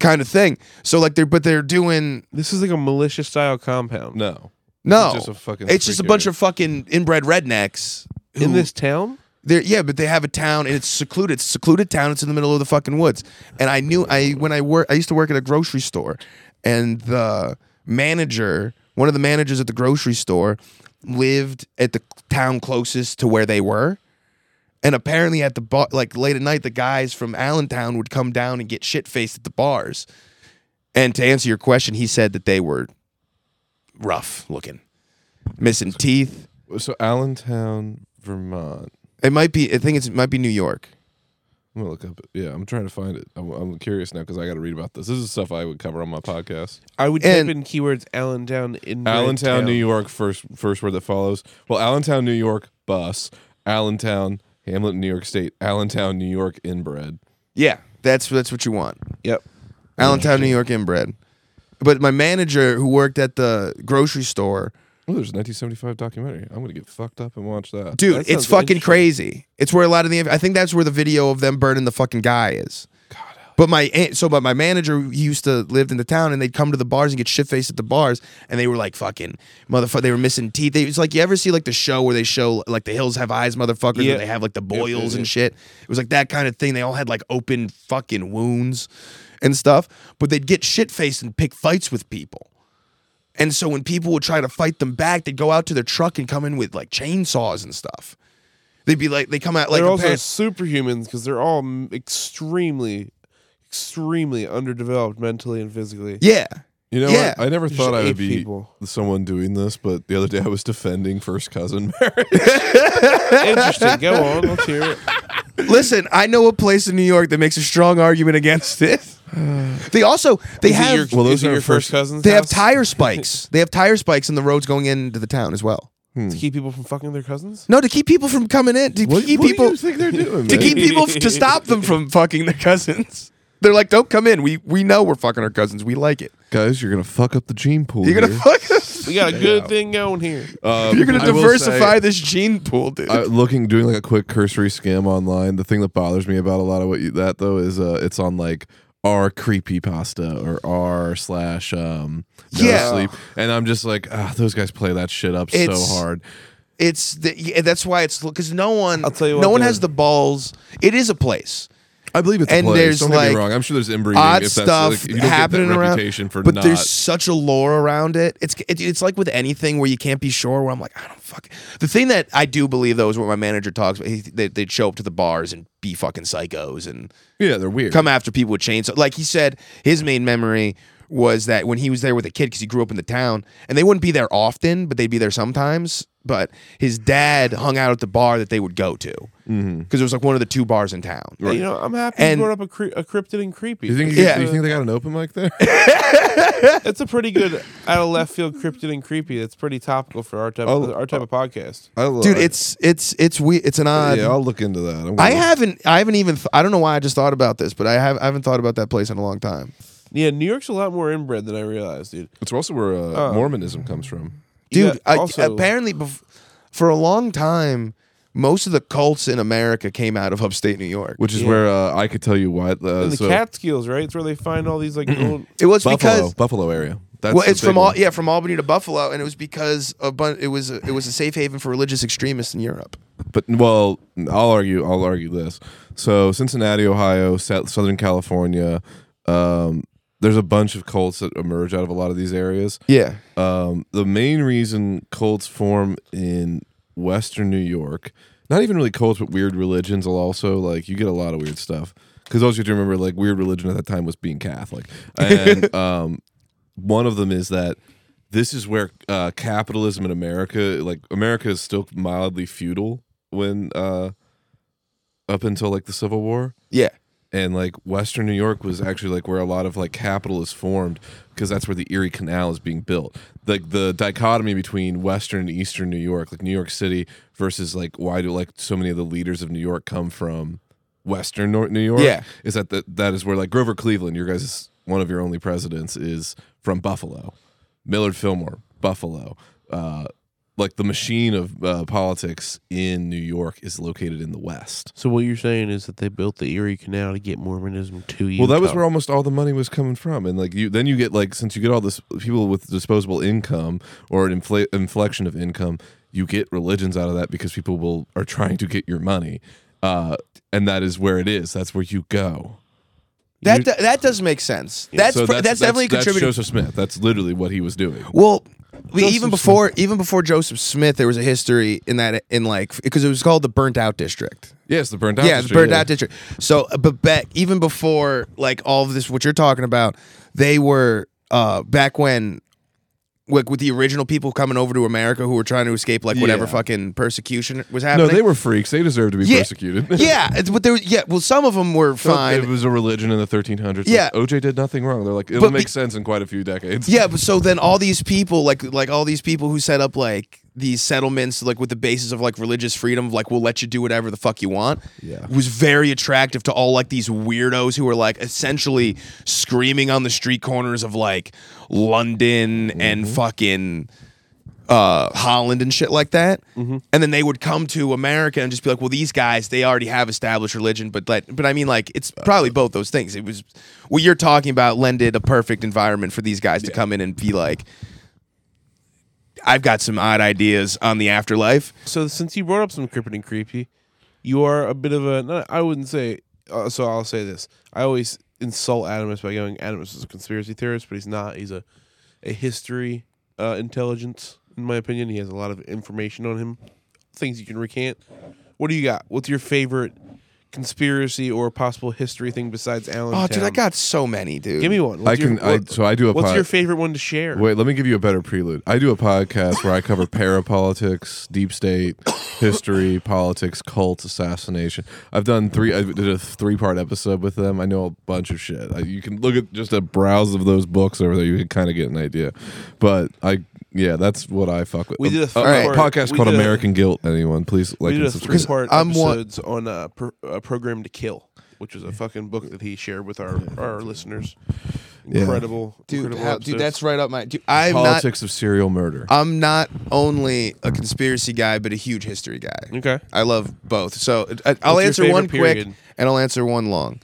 [SPEAKER 4] kind of thing. So like they're but they're doing
[SPEAKER 3] This is like a militia style compound.
[SPEAKER 5] No,
[SPEAKER 4] no.
[SPEAKER 5] just a fucking
[SPEAKER 4] It's just a
[SPEAKER 5] freak
[SPEAKER 4] bunch
[SPEAKER 5] area.
[SPEAKER 4] of fucking inbred rednecks. who-
[SPEAKER 3] In this town?
[SPEAKER 4] they're- yeah, but they have a town and it's secluded. It's a secluded town. It's in the middle of the fucking woods. And I knew I when I work I used to work at a grocery store, and the manager, one of the managers at the grocery store, lived at the town closest to where they were. And apparently at the bar, like late at night, the guys from Allentown would come down and get shit faced at the bars. And to answer your question, he said that they were rough looking. missing teeth.
[SPEAKER 5] So Allentown, Vermont.
[SPEAKER 4] It might be. I think it's, it might be New York.
[SPEAKER 5] I'm gonna look up. Yeah, I'm trying to find it. I'm, I'm curious now because I got to read about this. This is stuff I would cover on my podcast.
[SPEAKER 3] I would
[SPEAKER 4] And-
[SPEAKER 3] type in keywords Allentown in
[SPEAKER 5] Allentown,
[SPEAKER 3] Midtown.
[SPEAKER 5] New York. First, first word that follows. Well, Allentown, New York bus. Allentown, Hamlet, New York State. Allentown, New York inbred.
[SPEAKER 4] Yeah, that's that's what you want.
[SPEAKER 3] Yep.
[SPEAKER 4] Allentown, New York inbred. But my manager who worked at the grocery store,
[SPEAKER 5] Oh, there's a 1975 documentary. I'm gonna get fucked up and watch that.
[SPEAKER 4] dude,
[SPEAKER 3] That
[SPEAKER 4] it's
[SPEAKER 3] sounds
[SPEAKER 4] fucking
[SPEAKER 3] interesting.
[SPEAKER 4] crazy. It's where a lot of the I think that's where the video of them burning the fucking guy is. But my aunt, so but my manager he used to lived in the town and they'd come to the bars and get shit faced at the bars and they were like fucking motherfucker they were missing teeth. They, it's like you ever see like the show where they show like the hills have eyes motherfuckers
[SPEAKER 3] Yeah.
[SPEAKER 4] where they have like the boils and shit. It was like that kind of thing. They all had like open fucking wounds and stuff, but they'd get shit faced and pick fights with people. And so when people would try to fight them back, they'd go out to their truck and come in with like chainsaws and stuff. They'd be like, they come out like
[SPEAKER 3] they're also
[SPEAKER 4] apparent-
[SPEAKER 3] superhumans because they're all m- extremely, extremely underdeveloped mentally and physically.
[SPEAKER 4] yeah,
[SPEAKER 5] You know,
[SPEAKER 4] Yeah.
[SPEAKER 5] what? I never
[SPEAKER 3] Just
[SPEAKER 5] thought I
[SPEAKER 3] ape
[SPEAKER 5] would be
[SPEAKER 3] people.
[SPEAKER 5] someone doing this, but the other day I was defending first cousin marriage.
[SPEAKER 3] Interesting. Go on. Let's hear it.
[SPEAKER 4] Listen, I know a place in New York that makes a strong argument against it. They also they
[SPEAKER 3] Is it
[SPEAKER 4] have
[SPEAKER 3] your,
[SPEAKER 5] well,
[SPEAKER 3] is
[SPEAKER 5] those
[SPEAKER 3] it
[SPEAKER 5] are
[SPEAKER 3] your first
[SPEAKER 5] first-
[SPEAKER 3] cousins.
[SPEAKER 4] they have
[SPEAKER 3] house
[SPEAKER 4] tire spikes. they have tire spikes in the roads going into the town as well.
[SPEAKER 3] to keep people from fucking their cousins.
[SPEAKER 4] No, to keep people from coming in, to
[SPEAKER 5] What,
[SPEAKER 4] keep
[SPEAKER 5] what
[SPEAKER 4] people
[SPEAKER 5] do you think they're doing?
[SPEAKER 4] to
[SPEAKER 5] man?
[SPEAKER 4] keep people to stop them from fucking their cousins. They're like, don't come in. We we know we're fucking our cousins. We like it.
[SPEAKER 5] guys, you're gonna fuck up the gene pool.
[SPEAKER 4] You're gonna
[SPEAKER 5] here.
[SPEAKER 4] fuck us.
[SPEAKER 3] We got a good thing going here.
[SPEAKER 5] Um,
[SPEAKER 4] You're gonna
[SPEAKER 5] I will
[SPEAKER 4] diversify
[SPEAKER 5] say-
[SPEAKER 4] this gene pool, dude.
[SPEAKER 5] I, looking doing like a quick cursory skim online the thing that bothers me about a lot of what you that though is uh it's on like r creepy pasta or r slash um no
[SPEAKER 4] Yeah.
[SPEAKER 5] sleep and i'm just like ah, those guys play that shit up
[SPEAKER 4] It's-
[SPEAKER 5] so hard
[SPEAKER 4] It's the, yeah, that's why it's because no one.
[SPEAKER 3] I'll tell you
[SPEAKER 4] no
[SPEAKER 3] what,
[SPEAKER 4] one
[SPEAKER 3] dude.
[SPEAKER 4] has the balls. It is a place.
[SPEAKER 5] i believe it's a
[SPEAKER 4] and
[SPEAKER 5] place.
[SPEAKER 4] there's,
[SPEAKER 5] don't get
[SPEAKER 4] like,
[SPEAKER 5] me wrong i'm sure there's inbreeding
[SPEAKER 4] Odd
[SPEAKER 5] if that's
[SPEAKER 4] stuff
[SPEAKER 5] like, you don't
[SPEAKER 4] happening
[SPEAKER 5] get that
[SPEAKER 4] around,
[SPEAKER 5] reputation for
[SPEAKER 4] but
[SPEAKER 5] not
[SPEAKER 4] there's such a lore around it. It's it, it's like with anything where you can't be sure. Where I'm like, I don't fuck. The thing that I do believe though is what my manager talks about. He, they, they'd show up to the bars and be fucking psychos and
[SPEAKER 5] yeah they're weird
[SPEAKER 4] come after people with chainsaws. Like he said, his main memory was that when he was there with a kid, because he grew up in the town, and they wouldn't be there often, but they'd be there sometimes. But his dad hung out at the bar that they would go to because
[SPEAKER 5] Mm-hmm.
[SPEAKER 4] it was like one of the two bars in town.
[SPEAKER 3] You know, I'm happy
[SPEAKER 4] And-
[SPEAKER 3] you brought up a, cre- a cryptid and creepy.
[SPEAKER 5] you think you,
[SPEAKER 4] Yeah.
[SPEAKER 5] you think they got an open mic there
[SPEAKER 3] That's a pretty good out of left field cryptid and creepy. That's pretty topical for our type
[SPEAKER 5] I'll-
[SPEAKER 3] our type of podcast.
[SPEAKER 5] I
[SPEAKER 4] Dude, it's it's it's we it's an odd.
[SPEAKER 5] yeah i'll look into that I'm gonna
[SPEAKER 4] I
[SPEAKER 5] look-
[SPEAKER 4] haven't I haven't even th- I don't know why I just thought about this, but I have I haven't thought about that place in a long time.
[SPEAKER 3] Yeah, New York's a lot more inbred than I realized, dude.
[SPEAKER 5] it's also where
[SPEAKER 3] Oh.
[SPEAKER 5] uh, mormonism comes from
[SPEAKER 3] You
[SPEAKER 4] Dude,
[SPEAKER 3] got
[SPEAKER 4] I,
[SPEAKER 3] also-
[SPEAKER 4] apparently bef- for a long time most of the cults in America came out of upstate New York.
[SPEAKER 5] which is
[SPEAKER 3] Yeah.
[SPEAKER 5] where uh, i could tell you why uh,
[SPEAKER 3] And the
[SPEAKER 5] so
[SPEAKER 3] Catskills, right? It's where they find all these like old.
[SPEAKER 4] It was
[SPEAKER 5] buffalo
[SPEAKER 4] because
[SPEAKER 5] buffalo area that's
[SPEAKER 4] well,
[SPEAKER 5] the
[SPEAKER 4] it's
[SPEAKER 5] big
[SPEAKER 4] from
[SPEAKER 5] one.
[SPEAKER 4] all yeah from Albany to Buffalo, and it was because a bun- it was a, it was a safe haven for religious extremists in Europe.
[SPEAKER 5] but well, I'll argue. I'll argue this. So Cincinnati, Ohio, Sou- Southern California. Um, there's a bunch of cults that emerge out of a lot of these areas.
[SPEAKER 4] Yeah,
[SPEAKER 5] Um, the main reason cults form in Western New York, not even really cults, but weird religions. Will also like you get a lot of weird stuff because also you have to remember like weird religion at that time was being Catholic, and um, one of them is that this is where uh, capitalism in America, like America, is still mildly feudal when uh, up until like the Civil War
[SPEAKER 4] yeah,
[SPEAKER 5] and like western new york was actually like where a lot of like capital is formed because that's where the erie canal is being built like the dichotomy between western and eastern new york like new york city versus like why do like so many of the leaders of new york come from western Nor- new york
[SPEAKER 4] Yeah.
[SPEAKER 5] is that the, that is where like grover cleveland your guys one of your only presidents is from buffalo millard fillmore buffalo uh like the machine of uh, politics in New York is located in the West.
[SPEAKER 3] So what you're saying is that they built the Erie Canal to get Mormonism to you.
[SPEAKER 5] Well, that was where almost all the money was coming from, and like you, then you get like since you get all this people with disposable income or an infl- inflection of income, you get religions out of that because people will are trying to get your money, uh, and that is where it is. That's where you go.
[SPEAKER 4] that do- that does make sense. That's
[SPEAKER 5] So
[SPEAKER 4] pr- that's, definitely
[SPEAKER 5] that's
[SPEAKER 4] contributing.
[SPEAKER 5] Joseph Smith. That's literally what he was doing.
[SPEAKER 4] Well, we, even before even before Joseph Smith, there was a history in that in like because it was called the burnt out district.
[SPEAKER 5] Yes, the burned out.
[SPEAKER 4] yeah,
[SPEAKER 5] district,
[SPEAKER 4] the burnt out district. So, uh, but back even before like all of this, what you're talking about, they were uh back when like with the original people coming over to America who were trying to escape like whatever
[SPEAKER 5] Yeah.
[SPEAKER 4] fucking persecution was
[SPEAKER 5] No,
[SPEAKER 4] happening.
[SPEAKER 5] they were freaks. They deserve to be
[SPEAKER 4] Yeah.
[SPEAKER 5] persecuted.
[SPEAKER 4] yeah, it's, but they were yeah. Well, some of them were fine.
[SPEAKER 5] It was a religion in the 1300s. Like,
[SPEAKER 4] Yeah.
[SPEAKER 5] OJ did nothing wrong. They're like, it'll
[SPEAKER 4] But
[SPEAKER 5] make
[SPEAKER 4] be-
[SPEAKER 5] sense in quite a few decades.
[SPEAKER 4] Yeah, but so then all these people, like like all these people who set up like these settlements, like with the basis of like religious freedom, like we'll let you do whatever the fuck you want.
[SPEAKER 5] Yeah.
[SPEAKER 4] was very attractive to all like these weirdos who were like essentially screaming on the street corners of like London and fucking uh, Holland and shit like that.
[SPEAKER 3] Mm-hmm.
[SPEAKER 4] And then they would come to America and just be like, well, these guys, they already have established religion. But like, but I mean, like, it's probably both those things. It was what you're talking about lended a perfect environment for these guys to come in and be like, I've got some odd ideas on the afterlife.
[SPEAKER 3] So since you brought up some creeping and creepy, you are a bit of a. no, I wouldn't say. Uh, so I'll say this. I always insult Adamus by going, Adamus is a conspiracy theorist, but he's not. He's a, a history uh, intelligence, in my opinion. He has a lot of information on him, things you can recant. What do you got? What's your favorite conspiracy or possible history thing besides Alan?
[SPEAKER 4] Oh, dude, I got so many, dude.
[SPEAKER 3] Give me one.
[SPEAKER 5] I
[SPEAKER 3] What's
[SPEAKER 5] can.
[SPEAKER 3] Your,
[SPEAKER 5] I,
[SPEAKER 3] what-
[SPEAKER 5] so I do a.
[SPEAKER 3] what's
[SPEAKER 5] pod-
[SPEAKER 3] your favorite one to share?
[SPEAKER 5] Wait, let me give you a better prelude. I do a podcast where I cover parapolitics, deep state, history, politics, cult, assassination. I've done three. I did a three-part episode with them. I know a bunch of shit. I, you can look at just a browse of those books over there. You can kind of get an idea. But I, yeah, that's what I fuck with.
[SPEAKER 3] We did a
[SPEAKER 5] a,
[SPEAKER 3] three-part-
[SPEAKER 5] podcast
[SPEAKER 3] we
[SPEAKER 5] called
[SPEAKER 3] did a-
[SPEAKER 5] American Guilt. Anyone, please like
[SPEAKER 3] we did
[SPEAKER 5] and
[SPEAKER 3] a
[SPEAKER 5] subscribe.
[SPEAKER 3] three part
[SPEAKER 4] I'm one-
[SPEAKER 3] episodes on a, pro, a program to kill, which was a fucking book that he shared with our our listeners. Incredible,
[SPEAKER 4] dude,
[SPEAKER 3] incredible
[SPEAKER 4] how- dude,
[SPEAKER 3] episodes.
[SPEAKER 4] that's right up my. Dude, I'm not.
[SPEAKER 5] Politics of serial murder.
[SPEAKER 4] I'm not only a conspiracy guy, but a huge history guy.
[SPEAKER 3] okay.
[SPEAKER 4] I love both. So I, I'll
[SPEAKER 3] What's your
[SPEAKER 4] answer
[SPEAKER 3] favorite
[SPEAKER 4] one
[SPEAKER 3] period?
[SPEAKER 4] quick and I'll answer one long.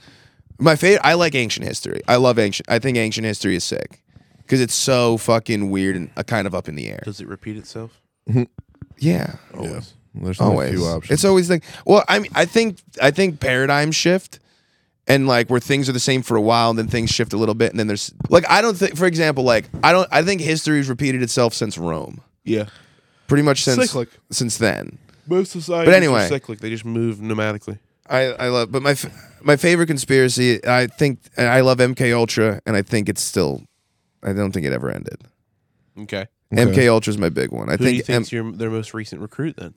[SPEAKER 4] My favorite. I like ancient history. I love ancient. I think ancient history is sick because it's so fucking weird and uh, kind of up in the air.
[SPEAKER 3] Does it repeat itself?
[SPEAKER 4] Yeah,
[SPEAKER 5] Yeah. There's only a
[SPEAKER 4] always.
[SPEAKER 5] few options.
[SPEAKER 4] It's always like. Well, I mean, I think I think paradigm shift. And like where things are the same for a while, and then things shift a little bit, and then there's like I don't think, for example, like I don't, I think history's repeated itself since Rome,
[SPEAKER 3] Yeah.
[SPEAKER 4] pretty much since
[SPEAKER 3] Cyclic.
[SPEAKER 4] since then.
[SPEAKER 3] Most societies
[SPEAKER 4] But anyway.
[SPEAKER 3] are cyclic. They just move nomadically.
[SPEAKER 4] I, I love, but my f- my favorite conspiracy. I think and I love MK Ultra, and I think it's still. I don't think it ever ended.
[SPEAKER 3] Okay.
[SPEAKER 4] MK Ultra is my big one. I
[SPEAKER 3] Who do you
[SPEAKER 4] think um, Oh. M-
[SPEAKER 3] think's your their most recent recruit then?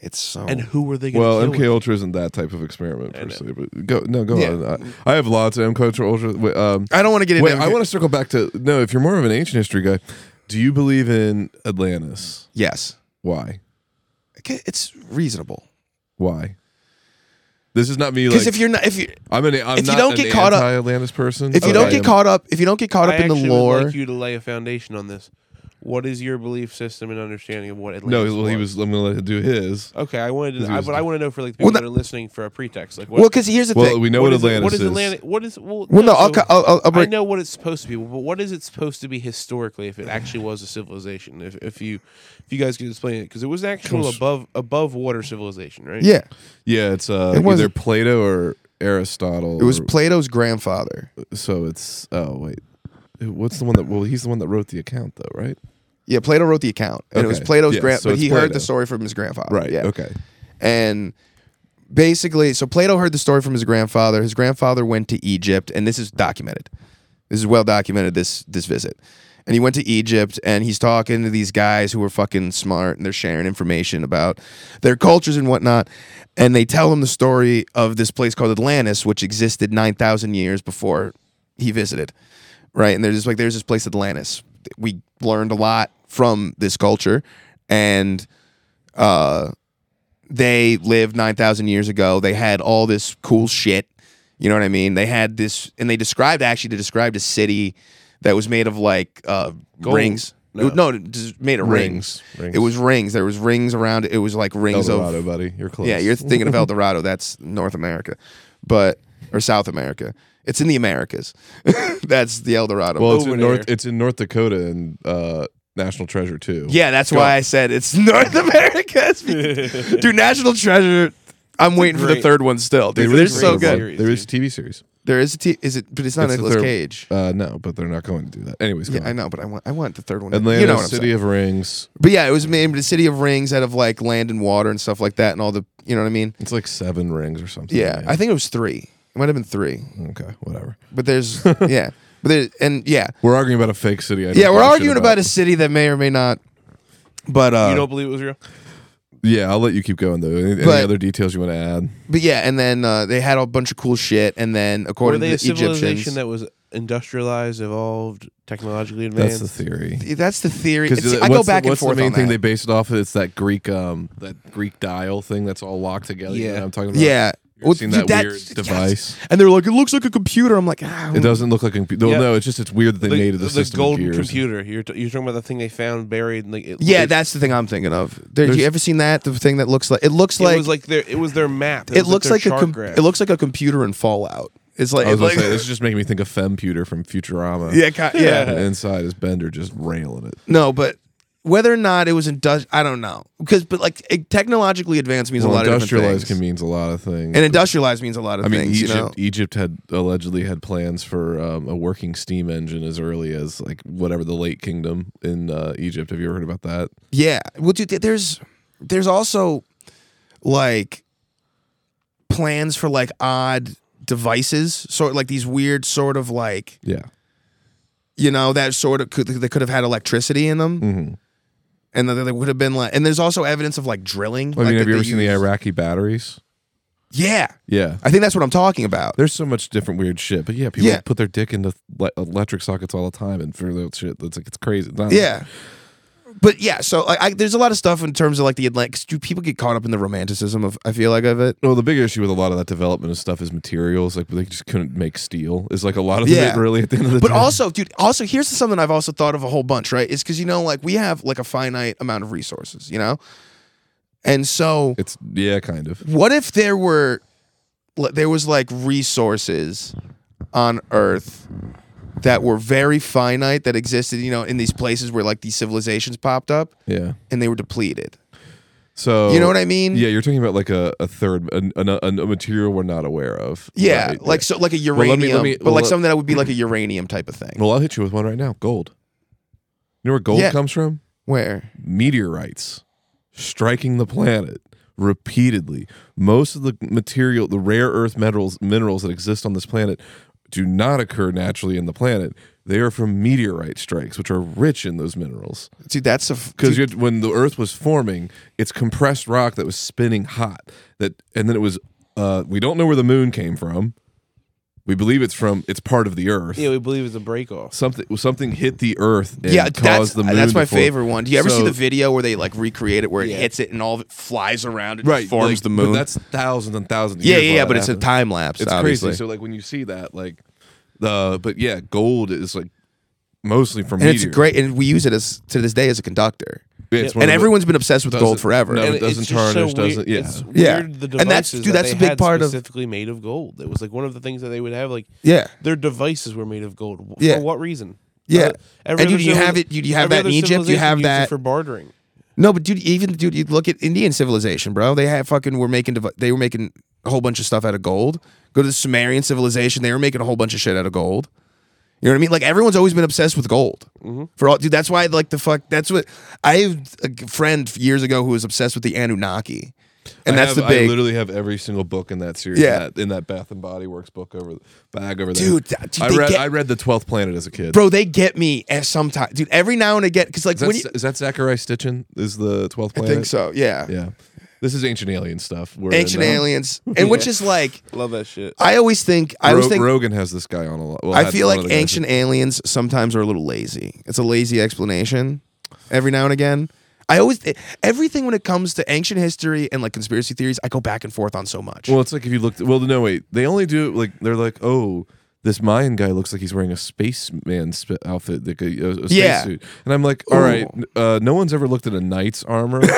[SPEAKER 4] it's so.
[SPEAKER 3] And who were they going to
[SPEAKER 5] Well,
[SPEAKER 3] kill?
[SPEAKER 5] MK Ultra isn't that type of experiment
[SPEAKER 3] I
[SPEAKER 5] per
[SPEAKER 3] know.
[SPEAKER 5] se, but go no go
[SPEAKER 4] Yeah.
[SPEAKER 5] on. I, I have lots of MK Ultra. Ultra wait, um,
[SPEAKER 4] I don't want to get into.
[SPEAKER 5] wait,
[SPEAKER 4] MK
[SPEAKER 5] I want to circle back to no. If you're more of an ancient history guy, do you believe in Atlantis?
[SPEAKER 4] Yes,
[SPEAKER 5] Why?
[SPEAKER 4] Okay, it's reasonable.
[SPEAKER 5] Why? This is not me.
[SPEAKER 4] Because
[SPEAKER 5] Like,
[SPEAKER 4] if you're not, if you
[SPEAKER 5] I'm an, I'm
[SPEAKER 4] if you
[SPEAKER 5] not
[SPEAKER 4] don't
[SPEAKER 5] an
[SPEAKER 4] get caught up-
[SPEAKER 5] anti-Atlantis person.
[SPEAKER 4] if you
[SPEAKER 5] but
[SPEAKER 4] don't
[SPEAKER 5] I
[SPEAKER 4] get
[SPEAKER 5] am-
[SPEAKER 4] caught up, if you don't get caught
[SPEAKER 3] I
[SPEAKER 4] up in the
[SPEAKER 3] actually
[SPEAKER 4] lore,
[SPEAKER 3] Would like you to lay a foundation on this. What is your belief system and understanding of what
[SPEAKER 5] no,
[SPEAKER 3] Atlantis
[SPEAKER 5] well, he was. I'm gonna let him do his.
[SPEAKER 3] Okay, I wanted to,
[SPEAKER 5] he
[SPEAKER 3] I,
[SPEAKER 5] was-
[SPEAKER 3] but I want to know for like the
[SPEAKER 4] Well,
[SPEAKER 3] people that are listening for a pretext, like what,
[SPEAKER 4] well, because here's the
[SPEAKER 5] Well,
[SPEAKER 4] thing.
[SPEAKER 5] we know what,
[SPEAKER 3] is it-
[SPEAKER 5] Atlantis
[SPEAKER 3] what is
[SPEAKER 5] is.
[SPEAKER 3] Atlantis? What is well?
[SPEAKER 4] well, no, I'll,
[SPEAKER 3] so-
[SPEAKER 4] cu- I'll, I'll, I'll
[SPEAKER 3] I
[SPEAKER 4] break.
[SPEAKER 3] know what it's supposed to be, but what is it supposed to be historically? If it actually was a civilization, if, if you if you guys could explain it, because it was an actual above above water civilization, right?
[SPEAKER 4] Yeah,
[SPEAKER 5] Yeah, it's uh,
[SPEAKER 4] It
[SPEAKER 5] either
[SPEAKER 4] wasn't-
[SPEAKER 5] Plato or Aristotle.
[SPEAKER 4] it was
[SPEAKER 5] or-
[SPEAKER 4] Plato's grandfather.
[SPEAKER 5] so it's oh wait, what's the one that? Well, he's the one that wrote the account though, right?
[SPEAKER 4] Yeah, Plato wrote the account, and it was
[SPEAKER 5] Okay.
[SPEAKER 4] Plato's
[SPEAKER 5] Yeah,
[SPEAKER 4] grand.
[SPEAKER 5] so
[SPEAKER 4] but
[SPEAKER 5] it's
[SPEAKER 4] he heard
[SPEAKER 5] Plato.
[SPEAKER 4] the story from his grandfather.
[SPEAKER 5] Right.
[SPEAKER 4] Uh, Yeah.
[SPEAKER 5] Okay.
[SPEAKER 4] and basically so plato heard the story from his grandfather his grandfather went to egypt and this is documented this is well documented this this visit and he went to egypt and he's talking to these guys who are fucking smart and they're sharing information about their cultures and whatnot and they tell him the story of this place called atlantis which existed 9000 years before he visited right? And there's just like there's this place Atlantis. We learned a lot from this culture, and uh, they lived nine thousand years ago. They had all this cool shit. You know what I mean? They had this, and they described actually they described a city that was made of like uh,
[SPEAKER 3] Gold.
[SPEAKER 4] rings. No,
[SPEAKER 3] No.
[SPEAKER 4] no just made of rings.
[SPEAKER 5] Rings.
[SPEAKER 4] It was rings. There was rings around. It, it was like rings
[SPEAKER 5] Eldorado,
[SPEAKER 4] of
[SPEAKER 5] buddy. You're close.
[SPEAKER 4] yeah, you're thinking of El Dorado. That's North America, but or South America. It's in the Americas. That's the El Dorado.
[SPEAKER 5] well, it's
[SPEAKER 3] over
[SPEAKER 5] in North.
[SPEAKER 3] there.
[SPEAKER 5] It's in North Dakota and uh, National Treasure too.
[SPEAKER 4] yeah, that's why I said it's North America. It's because- dude, National Treasure. I'm waiting for the
[SPEAKER 3] great-
[SPEAKER 4] third one still. Dude, they're
[SPEAKER 5] released
[SPEAKER 4] so
[SPEAKER 5] another
[SPEAKER 4] good.
[SPEAKER 5] one. They released a TV series.
[SPEAKER 4] There is a T. Is it? But it's not
[SPEAKER 5] It's the
[SPEAKER 4] Nicolas
[SPEAKER 5] third-
[SPEAKER 4] Cage.
[SPEAKER 5] Uh, no, but they're not going to do that. Anyways,
[SPEAKER 4] Yeah,
[SPEAKER 5] go
[SPEAKER 4] I
[SPEAKER 5] on.
[SPEAKER 4] know, but I want I want the third one.
[SPEAKER 5] Atlanta,
[SPEAKER 4] you know what I'm
[SPEAKER 5] City
[SPEAKER 4] saying.
[SPEAKER 5] of Rings.
[SPEAKER 4] But yeah, it was named the City of Rings out of like land and water and stuff like that, and all the you know what I mean.
[SPEAKER 5] It's like seven rings or something.
[SPEAKER 4] Yeah, I think it was three. It might have been three,
[SPEAKER 5] okay, whatever.
[SPEAKER 4] but there's yeah. But there, and yeah,
[SPEAKER 5] We're arguing about a fake city. I
[SPEAKER 4] yeah, we're arguing about a city that may or may not. But uh,
[SPEAKER 3] you don't believe it was real?
[SPEAKER 5] Yeah, I'll let you keep going though. Any, any
[SPEAKER 4] But-
[SPEAKER 5] other details you want to add?
[SPEAKER 4] but yeah, and then uh, they had a bunch of cool shit, and then
[SPEAKER 3] Were
[SPEAKER 4] according to
[SPEAKER 3] they
[SPEAKER 4] the
[SPEAKER 3] a civilization
[SPEAKER 4] Egyptians,
[SPEAKER 3] that was industrialized, evolved, technologically
[SPEAKER 5] That's
[SPEAKER 3] advanced?
[SPEAKER 5] the theory.
[SPEAKER 4] that's the theory.
[SPEAKER 5] Because
[SPEAKER 4] It's- I go back
[SPEAKER 5] the,
[SPEAKER 4] and
[SPEAKER 5] what's
[SPEAKER 4] forth
[SPEAKER 5] the main
[SPEAKER 4] on
[SPEAKER 5] thing they
[SPEAKER 4] that.
[SPEAKER 5] base it off of? It's that Greek, um, that Greek dial thing that's all locked together. You know
[SPEAKER 4] Yeah.
[SPEAKER 5] what I'm talking about.
[SPEAKER 4] yeah,
[SPEAKER 5] You ever seen
[SPEAKER 4] dude,
[SPEAKER 5] that
[SPEAKER 4] that-
[SPEAKER 5] weird
[SPEAKER 4] yes.
[SPEAKER 5] device?
[SPEAKER 4] And they were like, "It looks like a computer." I'm like, ah,
[SPEAKER 5] It doesn't look like a computer.
[SPEAKER 3] Yeah.
[SPEAKER 5] No, it's just it's weird that they made it the, system of
[SPEAKER 3] golden
[SPEAKER 5] gears.
[SPEAKER 3] computer. You're, t- you're talking about the thing they found buried. in, Like it,
[SPEAKER 4] Yeah,
[SPEAKER 3] it,
[SPEAKER 4] that's the thing I'm thinking of. There, have you
[SPEAKER 5] There's-
[SPEAKER 4] ever seen that? The thing that looks like it looks
[SPEAKER 3] it
[SPEAKER 4] like
[SPEAKER 3] was like their it was their map.
[SPEAKER 4] it
[SPEAKER 3] was
[SPEAKER 4] looks
[SPEAKER 3] their
[SPEAKER 4] like a
[SPEAKER 3] chart
[SPEAKER 4] com-
[SPEAKER 3] graph.
[SPEAKER 4] it looks like a computer in Fallout. It's like,
[SPEAKER 5] I was
[SPEAKER 4] it's
[SPEAKER 5] gonna
[SPEAKER 4] like
[SPEAKER 5] say this is just making me think of Femputer from Futurama.
[SPEAKER 4] yeah, ki- yeah,
[SPEAKER 5] And inside is Bender just railing it.
[SPEAKER 4] No, but whether or not it was industrial, I don't know because but like it, technologically advanced means a
[SPEAKER 5] Well,
[SPEAKER 4] lot of different
[SPEAKER 5] industrialized
[SPEAKER 4] things,
[SPEAKER 5] can means a lot of things.
[SPEAKER 4] and industrialized means a lot of
[SPEAKER 5] I mean,
[SPEAKER 4] things.
[SPEAKER 5] Egypt,
[SPEAKER 4] you know,
[SPEAKER 5] Egypt had allegedly had plans for um, a working steam engine as early as like whatever the late kingdom in uh, Egypt. Have you ever heard about that?
[SPEAKER 4] yeah. Well, dude, th- there's there's also like plans for like odd devices, sort like these weird sort of like
[SPEAKER 5] Yeah.
[SPEAKER 4] you know that sort of could they could have had electricity in them.
[SPEAKER 5] hmm
[SPEAKER 4] and that they would have been like and there's also evidence of like drilling
[SPEAKER 5] I mean,
[SPEAKER 4] like,
[SPEAKER 5] have
[SPEAKER 4] that
[SPEAKER 5] you
[SPEAKER 4] they
[SPEAKER 5] ever seen the
[SPEAKER 4] use.
[SPEAKER 5] Iraqi batteries?
[SPEAKER 4] yeah
[SPEAKER 5] Yeah.
[SPEAKER 4] i think that's what i'm talking about
[SPEAKER 5] There's so much different weird shit, but yeah, people
[SPEAKER 4] Yeah.
[SPEAKER 5] put their dick into le- electric sockets all the time, and for that shit, that's like it's crazy. It's not-
[SPEAKER 4] yeah but yeah so like I, there's a lot of stuff in terms of like the atlantic 'cause, dude, people get caught up in the romanticism of i feel like of it
[SPEAKER 5] Well, the big issue with a lot of that development of stuff is materials. Like they just couldn't make steel. Is like a lot of
[SPEAKER 4] Yeah.
[SPEAKER 5] it really at the end of the
[SPEAKER 4] but
[SPEAKER 5] day.
[SPEAKER 4] also dude also here's something i've also thought of a whole bunch right is because you know like we have like a finite amount of resources you know and so
[SPEAKER 5] it's yeah, kind of.
[SPEAKER 4] what if there were l- there was like resources on earth that were very finite that existed you know in these places where like these civilizations popped up
[SPEAKER 5] Yeah.
[SPEAKER 4] and they were depleted
[SPEAKER 5] So
[SPEAKER 4] you know what i mean
[SPEAKER 5] Oh, Yeah, you're talking about like a, a third an, an, a, a material we're not aware of.
[SPEAKER 4] yeah
[SPEAKER 5] Right,
[SPEAKER 4] like so like a
[SPEAKER 5] let me-
[SPEAKER 4] uranium
[SPEAKER 5] let me-
[SPEAKER 4] but
[SPEAKER 5] well,
[SPEAKER 4] like
[SPEAKER 5] let-
[SPEAKER 4] something that would be like a uranium type of thing
[SPEAKER 5] Well, I'll hit you with one right now. Gold. You know where gold
[SPEAKER 4] Yeah.
[SPEAKER 5] comes from?
[SPEAKER 4] where
[SPEAKER 5] Meteorites striking the planet repeatedly. Most of the material, the rare earth metals minerals that exist on this planet do not occur naturally in the planet. They are from meteorite strikes, which are rich in those minerals.
[SPEAKER 4] dude that's a f-
[SPEAKER 5] because
[SPEAKER 4] dude,
[SPEAKER 5] when the Earth was forming, it's compressed rock that was spinning hot. That and then it was. Uh, we don't know where the moon came from. We believe it's from. It's part of the Earth.
[SPEAKER 3] yeah, we believe it's a break off.
[SPEAKER 5] Something something hit the Earth and
[SPEAKER 4] yeah,
[SPEAKER 5] caused
[SPEAKER 4] that's
[SPEAKER 5] the moon.
[SPEAKER 4] that's my
[SPEAKER 5] to form.
[SPEAKER 4] favorite one. Do you ever see
[SPEAKER 5] So-
[SPEAKER 4] the video where they like recreate it, where it
[SPEAKER 3] Yeah.
[SPEAKER 4] hits it and all of it flies around and
[SPEAKER 5] Right,
[SPEAKER 4] forms
[SPEAKER 5] like,
[SPEAKER 4] the moon?
[SPEAKER 5] But that's thousands and thousands. Of
[SPEAKER 4] yeah,
[SPEAKER 5] years
[SPEAKER 4] yeah,
[SPEAKER 5] while
[SPEAKER 4] yeah.
[SPEAKER 5] that
[SPEAKER 4] But it's a
[SPEAKER 5] happened.
[SPEAKER 4] time lapse.
[SPEAKER 5] It's
[SPEAKER 4] obviously.
[SPEAKER 5] crazy. So like when you see that, like the but yeah, gold is like mostly from
[SPEAKER 4] and
[SPEAKER 5] meteors.
[SPEAKER 4] it's great, and we use it as to this day as a conductor.
[SPEAKER 5] Yeah, it's one
[SPEAKER 4] and
[SPEAKER 5] of the-
[SPEAKER 4] everyone's been obsessed with
[SPEAKER 5] doesn't-
[SPEAKER 4] gold forever.
[SPEAKER 5] no,
[SPEAKER 4] And
[SPEAKER 5] it doesn't
[SPEAKER 3] it's just weird-
[SPEAKER 5] tarnish, doesn't- yeah.
[SPEAKER 3] it's
[SPEAKER 4] Yeah.
[SPEAKER 3] weird the
[SPEAKER 4] And that's-
[SPEAKER 3] devices
[SPEAKER 4] dude,
[SPEAKER 3] that
[SPEAKER 4] that's
[SPEAKER 3] they
[SPEAKER 4] a big
[SPEAKER 3] had
[SPEAKER 4] part of-
[SPEAKER 3] specifically made of gold. It was like one of the things that they would have. Like
[SPEAKER 4] yeah,
[SPEAKER 3] their devices were made of gold.
[SPEAKER 4] Yeah.
[SPEAKER 3] For what reason?
[SPEAKER 4] yeah.
[SPEAKER 3] Every
[SPEAKER 4] and
[SPEAKER 3] other
[SPEAKER 4] dude, you
[SPEAKER 3] civil-
[SPEAKER 4] have it. You, you have
[SPEAKER 3] every
[SPEAKER 4] that in
[SPEAKER 3] other
[SPEAKER 4] Egypt. You
[SPEAKER 3] civilization
[SPEAKER 4] have
[SPEAKER 3] used it
[SPEAKER 4] that.
[SPEAKER 3] for bartering.
[SPEAKER 4] no, but dude, even dude, you look at Indian civilization, bro. They had fucking were making devi- they were making a whole bunch of stuff out of gold. Go to the Sumerian civilization. They were making a whole bunch of shit out of gold. You know what I mean? Like everyone's always been obsessed with gold.
[SPEAKER 5] Mm-hmm.
[SPEAKER 4] For all, dude, that's why like the fuck. That's what I have a g- friend years ago who was obsessed with the Anunnaki, and
[SPEAKER 5] I
[SPEAKER 4] that's
[SPEAKER 5] have-
[SPEAKER 4] the big
[SPEAKER 5] I literally have every single book in that series.
[SPEAKER 4] Yeah.
[SPEAKER 5] Yeah, in that Bath and Body Works book over bag over there.
[SPEAKER 4] Dude, that- dude,
[SPEAKER 5] I
[SPEAKER 4] they
[SPEAKER 5] read
[SPEAKER 4] get-
[SPEAKER 5] I read the Twelfth Planet as a kid.
[SPEAKER 4] bro. They get me as sometimes, dude. Every now and again, because like
[SPEAKER 5] is that,
[SPEAKER 4] when you,
[SPEAKER 5] is that Zachariah Stitchin? Is the Twelfth
[SPEAKER 4] I
[SPEAKER 5] Planet?
[SPEAKER 4] think so. Yeah.
[SPEAKER 5] Yeah, this is ancient alien stuff. We're in
[SPEAKER 4] Ancient
[SPEAKER 5] now.
[SPEAKER 4] aliens, and which is like
[SPEAKER 3] Love that shit.
[SPEAKER 4] I always think. I always
[SPEAKER 5] Ro-
[SPEAKER 4] think.
[SPEAKER 5] Rogan has this guy on a lot. Well,
[SPEAKER 4] I
[SPEAKER 5] had
[SPEAKER 4] feel
[SPEAKER 5] one
[SPEAKER 4] like
[SPEAKER 5] of the guys.
[SPEAKER 4] ancient aliens sometimes are a little lazy. It's a lazy explanation. Every now and again, I always e, everything when it comes to ancient history and like conspiracy theories, I go back and forth on so much.
[SPEAKER 5] Well, it's like if you looked. Well, no, wait. They only do it like they're like, oh, this Mayan guy looks like he's wearing a spaceman sp- outfit, like a, a, a
[SPEAKER 4] Yeah.
[SPEAKER 5] spacesuit. And I'm like, all
[SPEAKER 4] Ooh.
[SPEAKER 5] right, n- uh, no one's ever looked at a knight's armor. and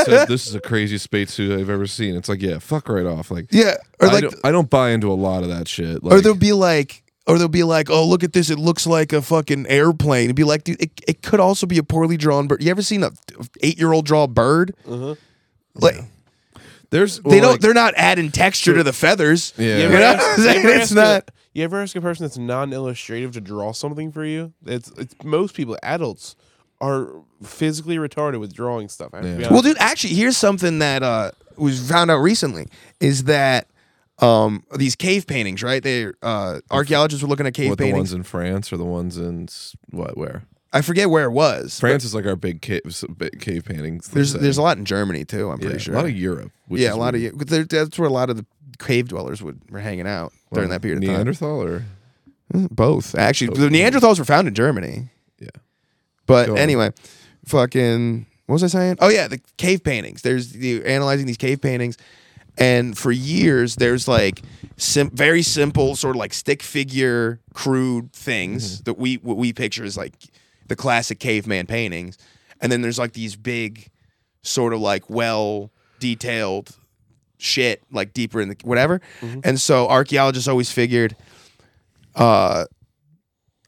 [SPEAKER 5] said, this is the craziest spacesuit I've ever seen. It's like, yeah, fuck right off. Like,
[SPEAKER 4] yeah, or
[SPEAKER 5] I,
[SPEAKER 4] like,
[SPEAKER 5] don't, I don't buy into a lot of that shit. Like,
[SPEAKER 4] or they'll be like. Or they'll be like, "Oh, look at this! It looks like a fucking airplane." It'd be like, "Dude, it, it could also be a poorly drawn bird." You ever seen a eight-year-old draw a bird?
[SPEAKER 3] Uh-huh.
[SPEAKER 4] Like,
[SPEAKER 5] there's
[SPEAKER 4] they
[SPEAKER 5] well,
[SPEAKER 4] don't.
[SPEAKER 5] like-
[SPEAKER 4] they're not adding texture to the feathers.
[SPEAKER 5] Yeah.
[SPEAKER 3] You
[SPEAKER 5] You
[SPEAKER 3] ever,
[SPEAKER 4] know
[SPEAKER 3] ask,
[SPEAKER 4] what I'm
[SPEAKER 3] you
[SPEAKER 4] saying?
[SPEAKER 3] ever
[SPEAKER 4] It's
[SPEAKER 3] ask a-
[SPEAKER 4] not-
[SPEAKER 3] you ever ask a person that's non-illustrative to draw something for you? It's, it's most people, adults, are physically retarded with drawing stuff. I have to be
[SPEAKER 5] Yeah.
[SPEAKER 3] honest.
[SPEAKER 4] Well, dude, actually, here's something that uh, was found out recently: is that um, these cave paintings, right? They uh, archaeologists were looking at cave
[SPEAKER 5] what the
[SPEAKER 4] paintings.
[SPEAKER 5] ones in France or the ones in s- what where
[SPEAKER 4] I forget where it was. but
[SPEAKER 5] France is like our big cave big cave paintings.
[SPEAKER 4] There's there's a lot in Germany too. I'm
[SPEAKER 5] yeah,
[SPEAKER 4] pretty sure.
[SPEAKER 5] a lot of Europe. Which
[SPEAKER 4] yeah,
[SPEAKER 5] is
[SPEAKER 4] a lot
[SPEAKER 5] weird.
[SPEAKER 4] of 'cause there, that's where a lot of the cave dwellers would were hanging out during that period of time.
[SPEAKER 5] Neanderthal or
[SPEAKER 4] Eh, Both actually,
[SPEAKER 5] Both.
[SPEAKER 4] the Neanderthals were found in Germany.
[SPEAKER 5] Yeah.
[SPEAKER 4] but
[SPEAKER 5] Go on.
[SPEAKER 4] anyway, fucking what was I saying? Oh yeah, the cave paintings. There's the analyzing these cave paintings, and for years there's like sim- very simple sort of like stick figure, crude things
[SPEAKER 5] Mm-hmm.
[SPEAKER 4] that we what we picture as like the classic caveman paintings, and then there's like these big, sort of like well detailed shit like deeper in the whatever.
[SPEAKER 5] Mm-hmm.
[SPEAKER 4] And so archaeologists always figured uh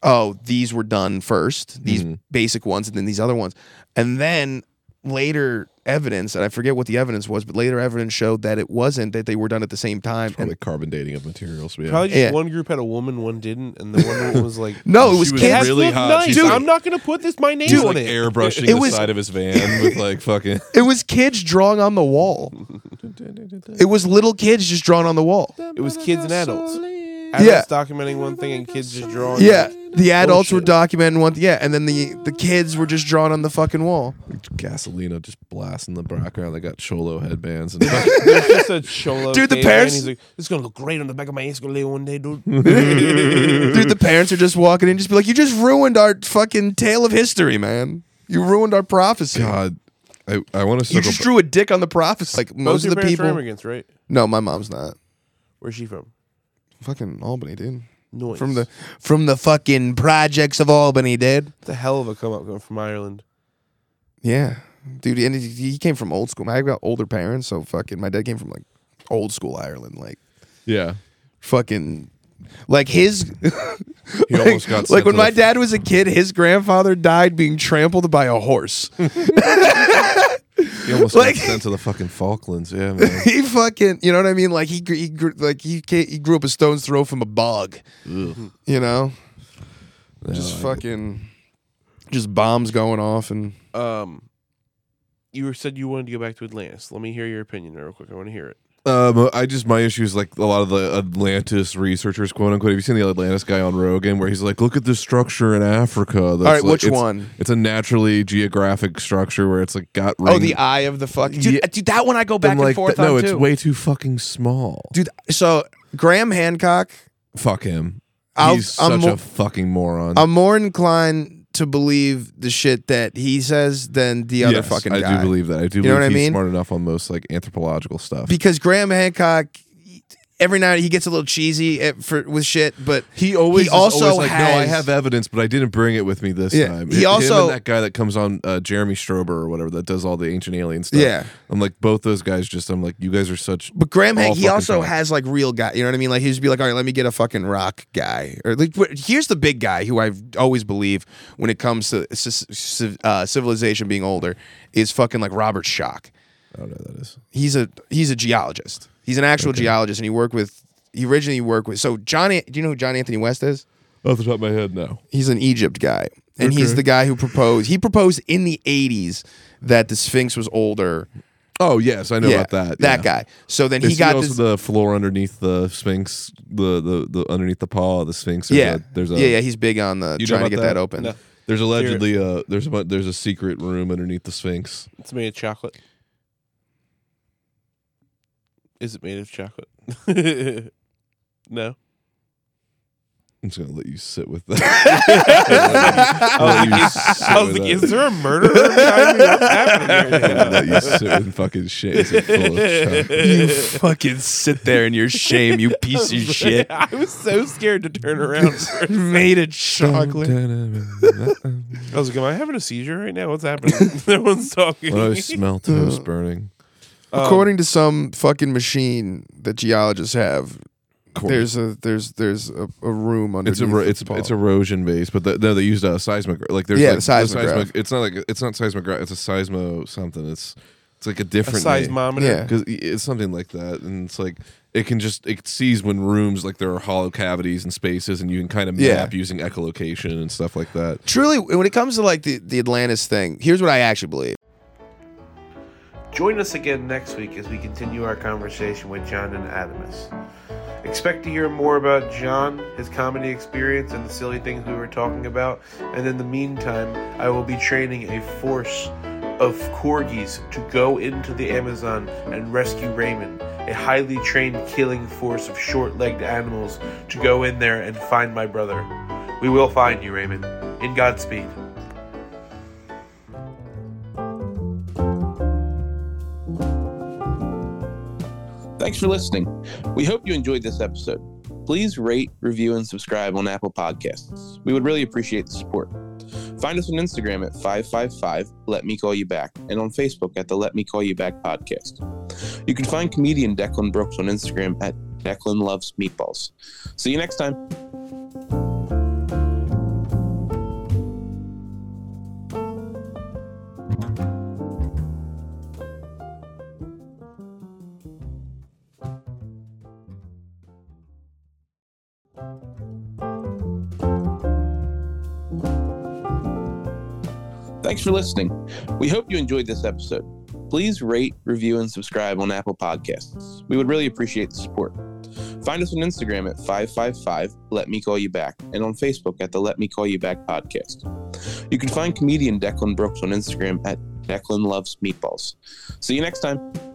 [SPEAKER 4] oh, these were done first, these
[SPEAKER 5] Mhm.
[SPEAKER 4] basic ones and then these other ones. And then later evidence, and I forget what the evidence was, but later evidence showed that it wasn't that they were done at the same time.
[SPEAKER 5] probably carbon dating of materials. Yeah.
[SPEAKER 3] Probably just
[SPEAKER 4] Yeah.
[SPEAKER 3] one group had a woman, one didn't, and the one woman was like,
[SPEAKER 4] No, it
[SPEAKER 5] She
[SPEAKER 4] was
[SPEAKER 5] was
[SPEAKER 4] Kansas.
[SPEAKER 5] really
[SPEAKER 3] look
[SPEAKER 5] hot.
[SPEAKER 3] Nice.
[SPEAKER 5] She's
[SPEAKER 3] Dude,
[SPEAKER 5] like-
[SPEAKER 3] I'm not gonna put this my name
[SPEAKER 5] He's
[SPEAKER 3] on
[SPEAKER 5] like
[SPEAKER 3] it.
[SPEAKER 5] airbrushing
[SPEAKER 4] It
[SPEAKER 5] the
[SPEAKER 4] was-
[SPEAKER 5] side of his van with like fucking.
[SPEAKER 4] It was kids drawing on the wall. It was little kids just drawn on the wall.
[SPEAKER 3] It was kids and adults. Adults
[SPEAKER 4] Yeah.
[SPEAKER 3] documenting one thing and kids just drawing.
[SPEAKER 4] Yeah, the adults were
[SPEAKER 3] Bullshit.
[SPEAKER 4] documenting one. Yeah, and then the the kids were just drawn on the fucking wall.
[SPEAKER 5] Gasolina just blasting the background. They got cholo headbands and
[SPEAKER 3] There's just a cholo
[SPEAKER 4] Dude, the
[SPEAKER 3] caveman,
[SPEAKER 4] parents-
[SPEAKER 3] He's like, this is gonna look great on the back of my Escalade one day, dude.
[SPEAKER 4] Dude, the parents are just walking in, just be like, "You just ruined our fucking tale of history, man. You ruined our prophecy.
[SPEAKER 5] God. I, I want to
[SPEAKER 4] you
[SPEAKER 5] circle.
[SPEAKER 4] just
[SPEAKER 5] ba-
[SPEAKER 4] drew a dick on the prophecy." Like most
[SPEAKER 3] Both
[SPEAKER 4] of
[SPEAKER 3] your
[SPEAKER 4] the
[SPEAKER 3] parents are
[SPEAKER 4] people.
[SPEAKER 3] immigrants, right?
[SPEAKER 4] No, my mom's not.
[SPEAKER 3] Where's she from?
[SPEAKER 4] Fucking Albany, dude.
[SPEAKER 3] Noise.
[SPEAKER 4] From the from the fucking projects of Albany, dude.
[SPEAKER 3] the hell of a come up going from Ireland.
[SPEAKER 4] Yeah, dude. And he he came from old school. I got older parents, so fucking. My dad came from like old school Ireland, like
[SPEAKER 5] yeah.
[SPEAKER 4] fucking. Like his,
[SPEAKER 5] He almost got
[SPEAKER 4] like
[SPEAKER 5] sent to
[SPEAKER 4] when my
[SPEAKER 5] the-
[SPEAKER 4] dad was a kid, his grandfather died being trampled by a horse.
[SPEAKER 5] He almost
[SPEAKER 4] like-
[SPEAKER 5] got sent to the fucking Falklands. Yeah, man.
[SPEAKER 4] he fucking, you know what I mean? Like he, gr- he grew, like he, ca he grew up a stone's throw from a bog. You know, just fucking, just bombs going off and
[SPEAKER 3] Um, you were- said you wanted to go back to Atlantis. Let me hear your opinion real quick. I want to hear it.
[SPEAKER 5] Um, I just my issue is like a lot of the Atlantis researchers, quote unquote. Have you seen the Atlantis guy on Rogan, where he's like, "Look at this structure in Africa." That's
[SPEAKER 4] All right,
[SPEAKER 5] like-
[SPEAKER 4] which
[SPEAKER 5] it's-
[SPEAKER 4] one?
[SPEAKER 5] It's a naturally geographic structure where it's like got ring.
[SPEAKER 4] Oh, the eye of the fucking dude.
[SPEAKER 5] Yeah.
[SPEAKER 4] uh, dude that one I go
[SPEAKER 5] I'm
[SPEAKER 4] back and,
[SPEAKER 5] like,
[SPEAKER 4] forth
[SPEAKER 5] th- no,
[SPEAKER 4] on
[SPEAKER 5] it's
[SPEAKER 4] too.
[SPEAKER 5] way too fucking small.
[SPEAKER 4] dude, so Graham Hancock,
[SPEAKER 5] Fuck him.
[SPEAKER 4] I'll-
[SPEAKER 5] he's
[SPEAKER 4] I'm
[SPEAKER 5] such
[SPEAKER 4] mo-
[SPEAKER 5] a fucking moron.
[SPEAKER 4] I'm more inclined to believe the shit that he says than the other
[SPEAKER 5] Yes,
[SPEAKER 4] fucking
[SPEAKER 5] I
[SPEAKER 4] guy.
[SPEAKER 5] do believe that. I do.
[SPEAKER 4] You know
[SPEAKER 5] believe
[SPEAKER 4] what I
[SPEAKER 5] he's
[SPEAKER 4] mean?
[SPEAKER 5] Smart enough on most like anthropological stuff.
[SPEAKER 4] because Graham Hancock, every now and then he gets a little cheesy at, for, with shit, but
[SPEAKER 5] He always
[SPEAKER 4] He
[SPEAKER 5] is always
[SPEAKER 4] also
[SPEAKER 5] like, no, I
[SPEAKER 4] has-
[SPEAKER 5] have evidence, but I didn't bring it with me this
[SPEAKER 4] Yeah.
[SPEAKER 5] time.
[SPEAKER 4] He
[SPEAKER 5] Him
[SPEAKER 4] also-
[SPEAKER 5] and that guy that comes on uh, Jeremy Strober or whatever that does all the ancient alien stuff.
[SPEAKER 4] Yeah.
[SPEAKER 5] I'm like both those guys. Just I'm like you guys are such.
[SPEAKER 4] But Graham
[SPEAKER 5] all
[SPEAKER 4] Hank, he
[SPEAKER 5] fucking
[SPEAKER 4] also
[SPEAKER 5] time.
[SPEAKER 4] has like real guy. You know what I mean? Like he'd just be like, all right, let me get a fucking rock guy. Or like, wh- here's the big guy who I always believe when it comes to ci- ci- uh, civilization being older is fucking like Robert Schock.
[SPEAKER 5] I don't know what that is.
[SPEAKER 4] He's a he's a geologist. He's an actual geologist, and he worked with. He originally worked with. So Johnny, do you know who John Anthony West is?
[SPEAKER 5] Off the top of my head, no.
[SPEAKER 4] He's an Egypt guy, and he's
[SPEAKER 5] Okay.
[SPEAKER 4] the guy who proposed. He proposed in the '80s that the Sphinx was older.
[SPEAKER 5] Oh yes, I know
[SPEAKER 4] yeah,
[SPEAKER 5] about that.
[SPEAKER 4] That
[SPEAKER 5] yeah.
[SPEAKER 4] guy. So then
[SPEAKER 5] Is
[SPEAKER 4] he got
[SPEAKER 5] also
[SPEAKER 4] this.
[SPEAKER 5] the floor underneath the Sphinx, the, the the underneath the paw of the Sphinx. There's
[SPEAKER 4] yeah,
[SPEAKER 5] a, there's a
[SPEAKER 4] yeah, yeah. He's big on the
[SPEAKER 5] You know
[SPEAKER 4] trying to
[SPEAKER 5] about
[SPEAKER 4] get that,
[SPEAKER 5] that?
[SPEAKER 4] open.
[SPEAKER 3] No.
[SPEAKER 5] There's allegedly a there's a bu- there's a secret room underneath the Sphinx.
[SPEAKER 3] It's made of chocolate. Is it made of chocolate? no.
[SPEAKER 5] I'm just gonna let you sit with that. Let you- let you sit
[SPEAKER 3] I was
[SPEAKER 5] with
[SPEAKER 3] like,
[SPEAKER 5] that.
[SPEAKER 3] is there a murderer behind me? What's happening here?
[SPEAKER 5] that you sit in fucking shit. Full of chocolate.
[SPEAKER 4] You fucking sit there in your shame, you piece of shit.
[SPEAKER 3] I was so scared to turn around. I
[SPEAKER 4] Made of chocolate.
[SPEAKER 3] was like, am I having a seizure right now? What's happening? no one's talking.
[SPEAKER 5] when I smell toast burning,
[SPEAKER 3] Um,
[SPEAKER 4] According to some fucking machine that geologists have,
[SPEAKER 5] Cool.
[SPEAKER 4] there's a there's there's a, a room under.
[SPEAKER 5] it's a ro- it's it's erosion based, but the, no, they used a seismograph. Like there's
[SPEAKER 4] Yeah,
[SPEAKER 5] like,
[SPEAKER 4] the seismograph.
[SPEAKER 5] seismic- it's not like it's not seismograph. It's a seismo something. It's it's like a
[SPEAKER 3] a
[SPEAKER 5] different
[SPEAKER 3] seismometer.
[SPEAKER 4] Yeah.
[SPEAKER 5] because it's something like that, and it's like it can just it sees when rooms like there are hollow cavities and spaces, and you can kind of
[SPEAKER 4] Yeah.
[SPEAKER 5] map using echolocation and stuff like that.
[SPEAKER 4] truly when it comes to like the the Atlantis thing. Here's what I actually believe.
[SPEAKER 6] Join us again next week as we continue our conversation with John and Adamus. Expect to hear more about John, his comedy experience, and the silly things we were talking about. And in the meantime, I will be training a force of corgis to go into the Amazon and rescue Raymond, a highly trained killing force of short legged animals, to go in there and find my brother. We will find you, Raymond. In Godspeed.
[SPEAKER 3] Thanks for listening. We hope you enjoyed this episode. Please rate, review, and subscribe on Apple Podcasts. We would really appreciate the support. Find us on Instagram at 555 Let Me Call You Back and on Facebook at the Let Me Call You Back podcast. You can find comedian Declan Brooks on Instagram at Declan Loves Meatballs. See you next time. Thanks for listening. We hope you enjoyed this episode. Please rate, review, and subscribe on Apple Podcasts. We would really appreciate the support. Find us on Instagram at 555 Let Me Call You Back and on Facebook at the Let Me Call You Back podcast. You can find comedian Declan Brooks on Instagram at Declan Loves Meatballs. See you next time.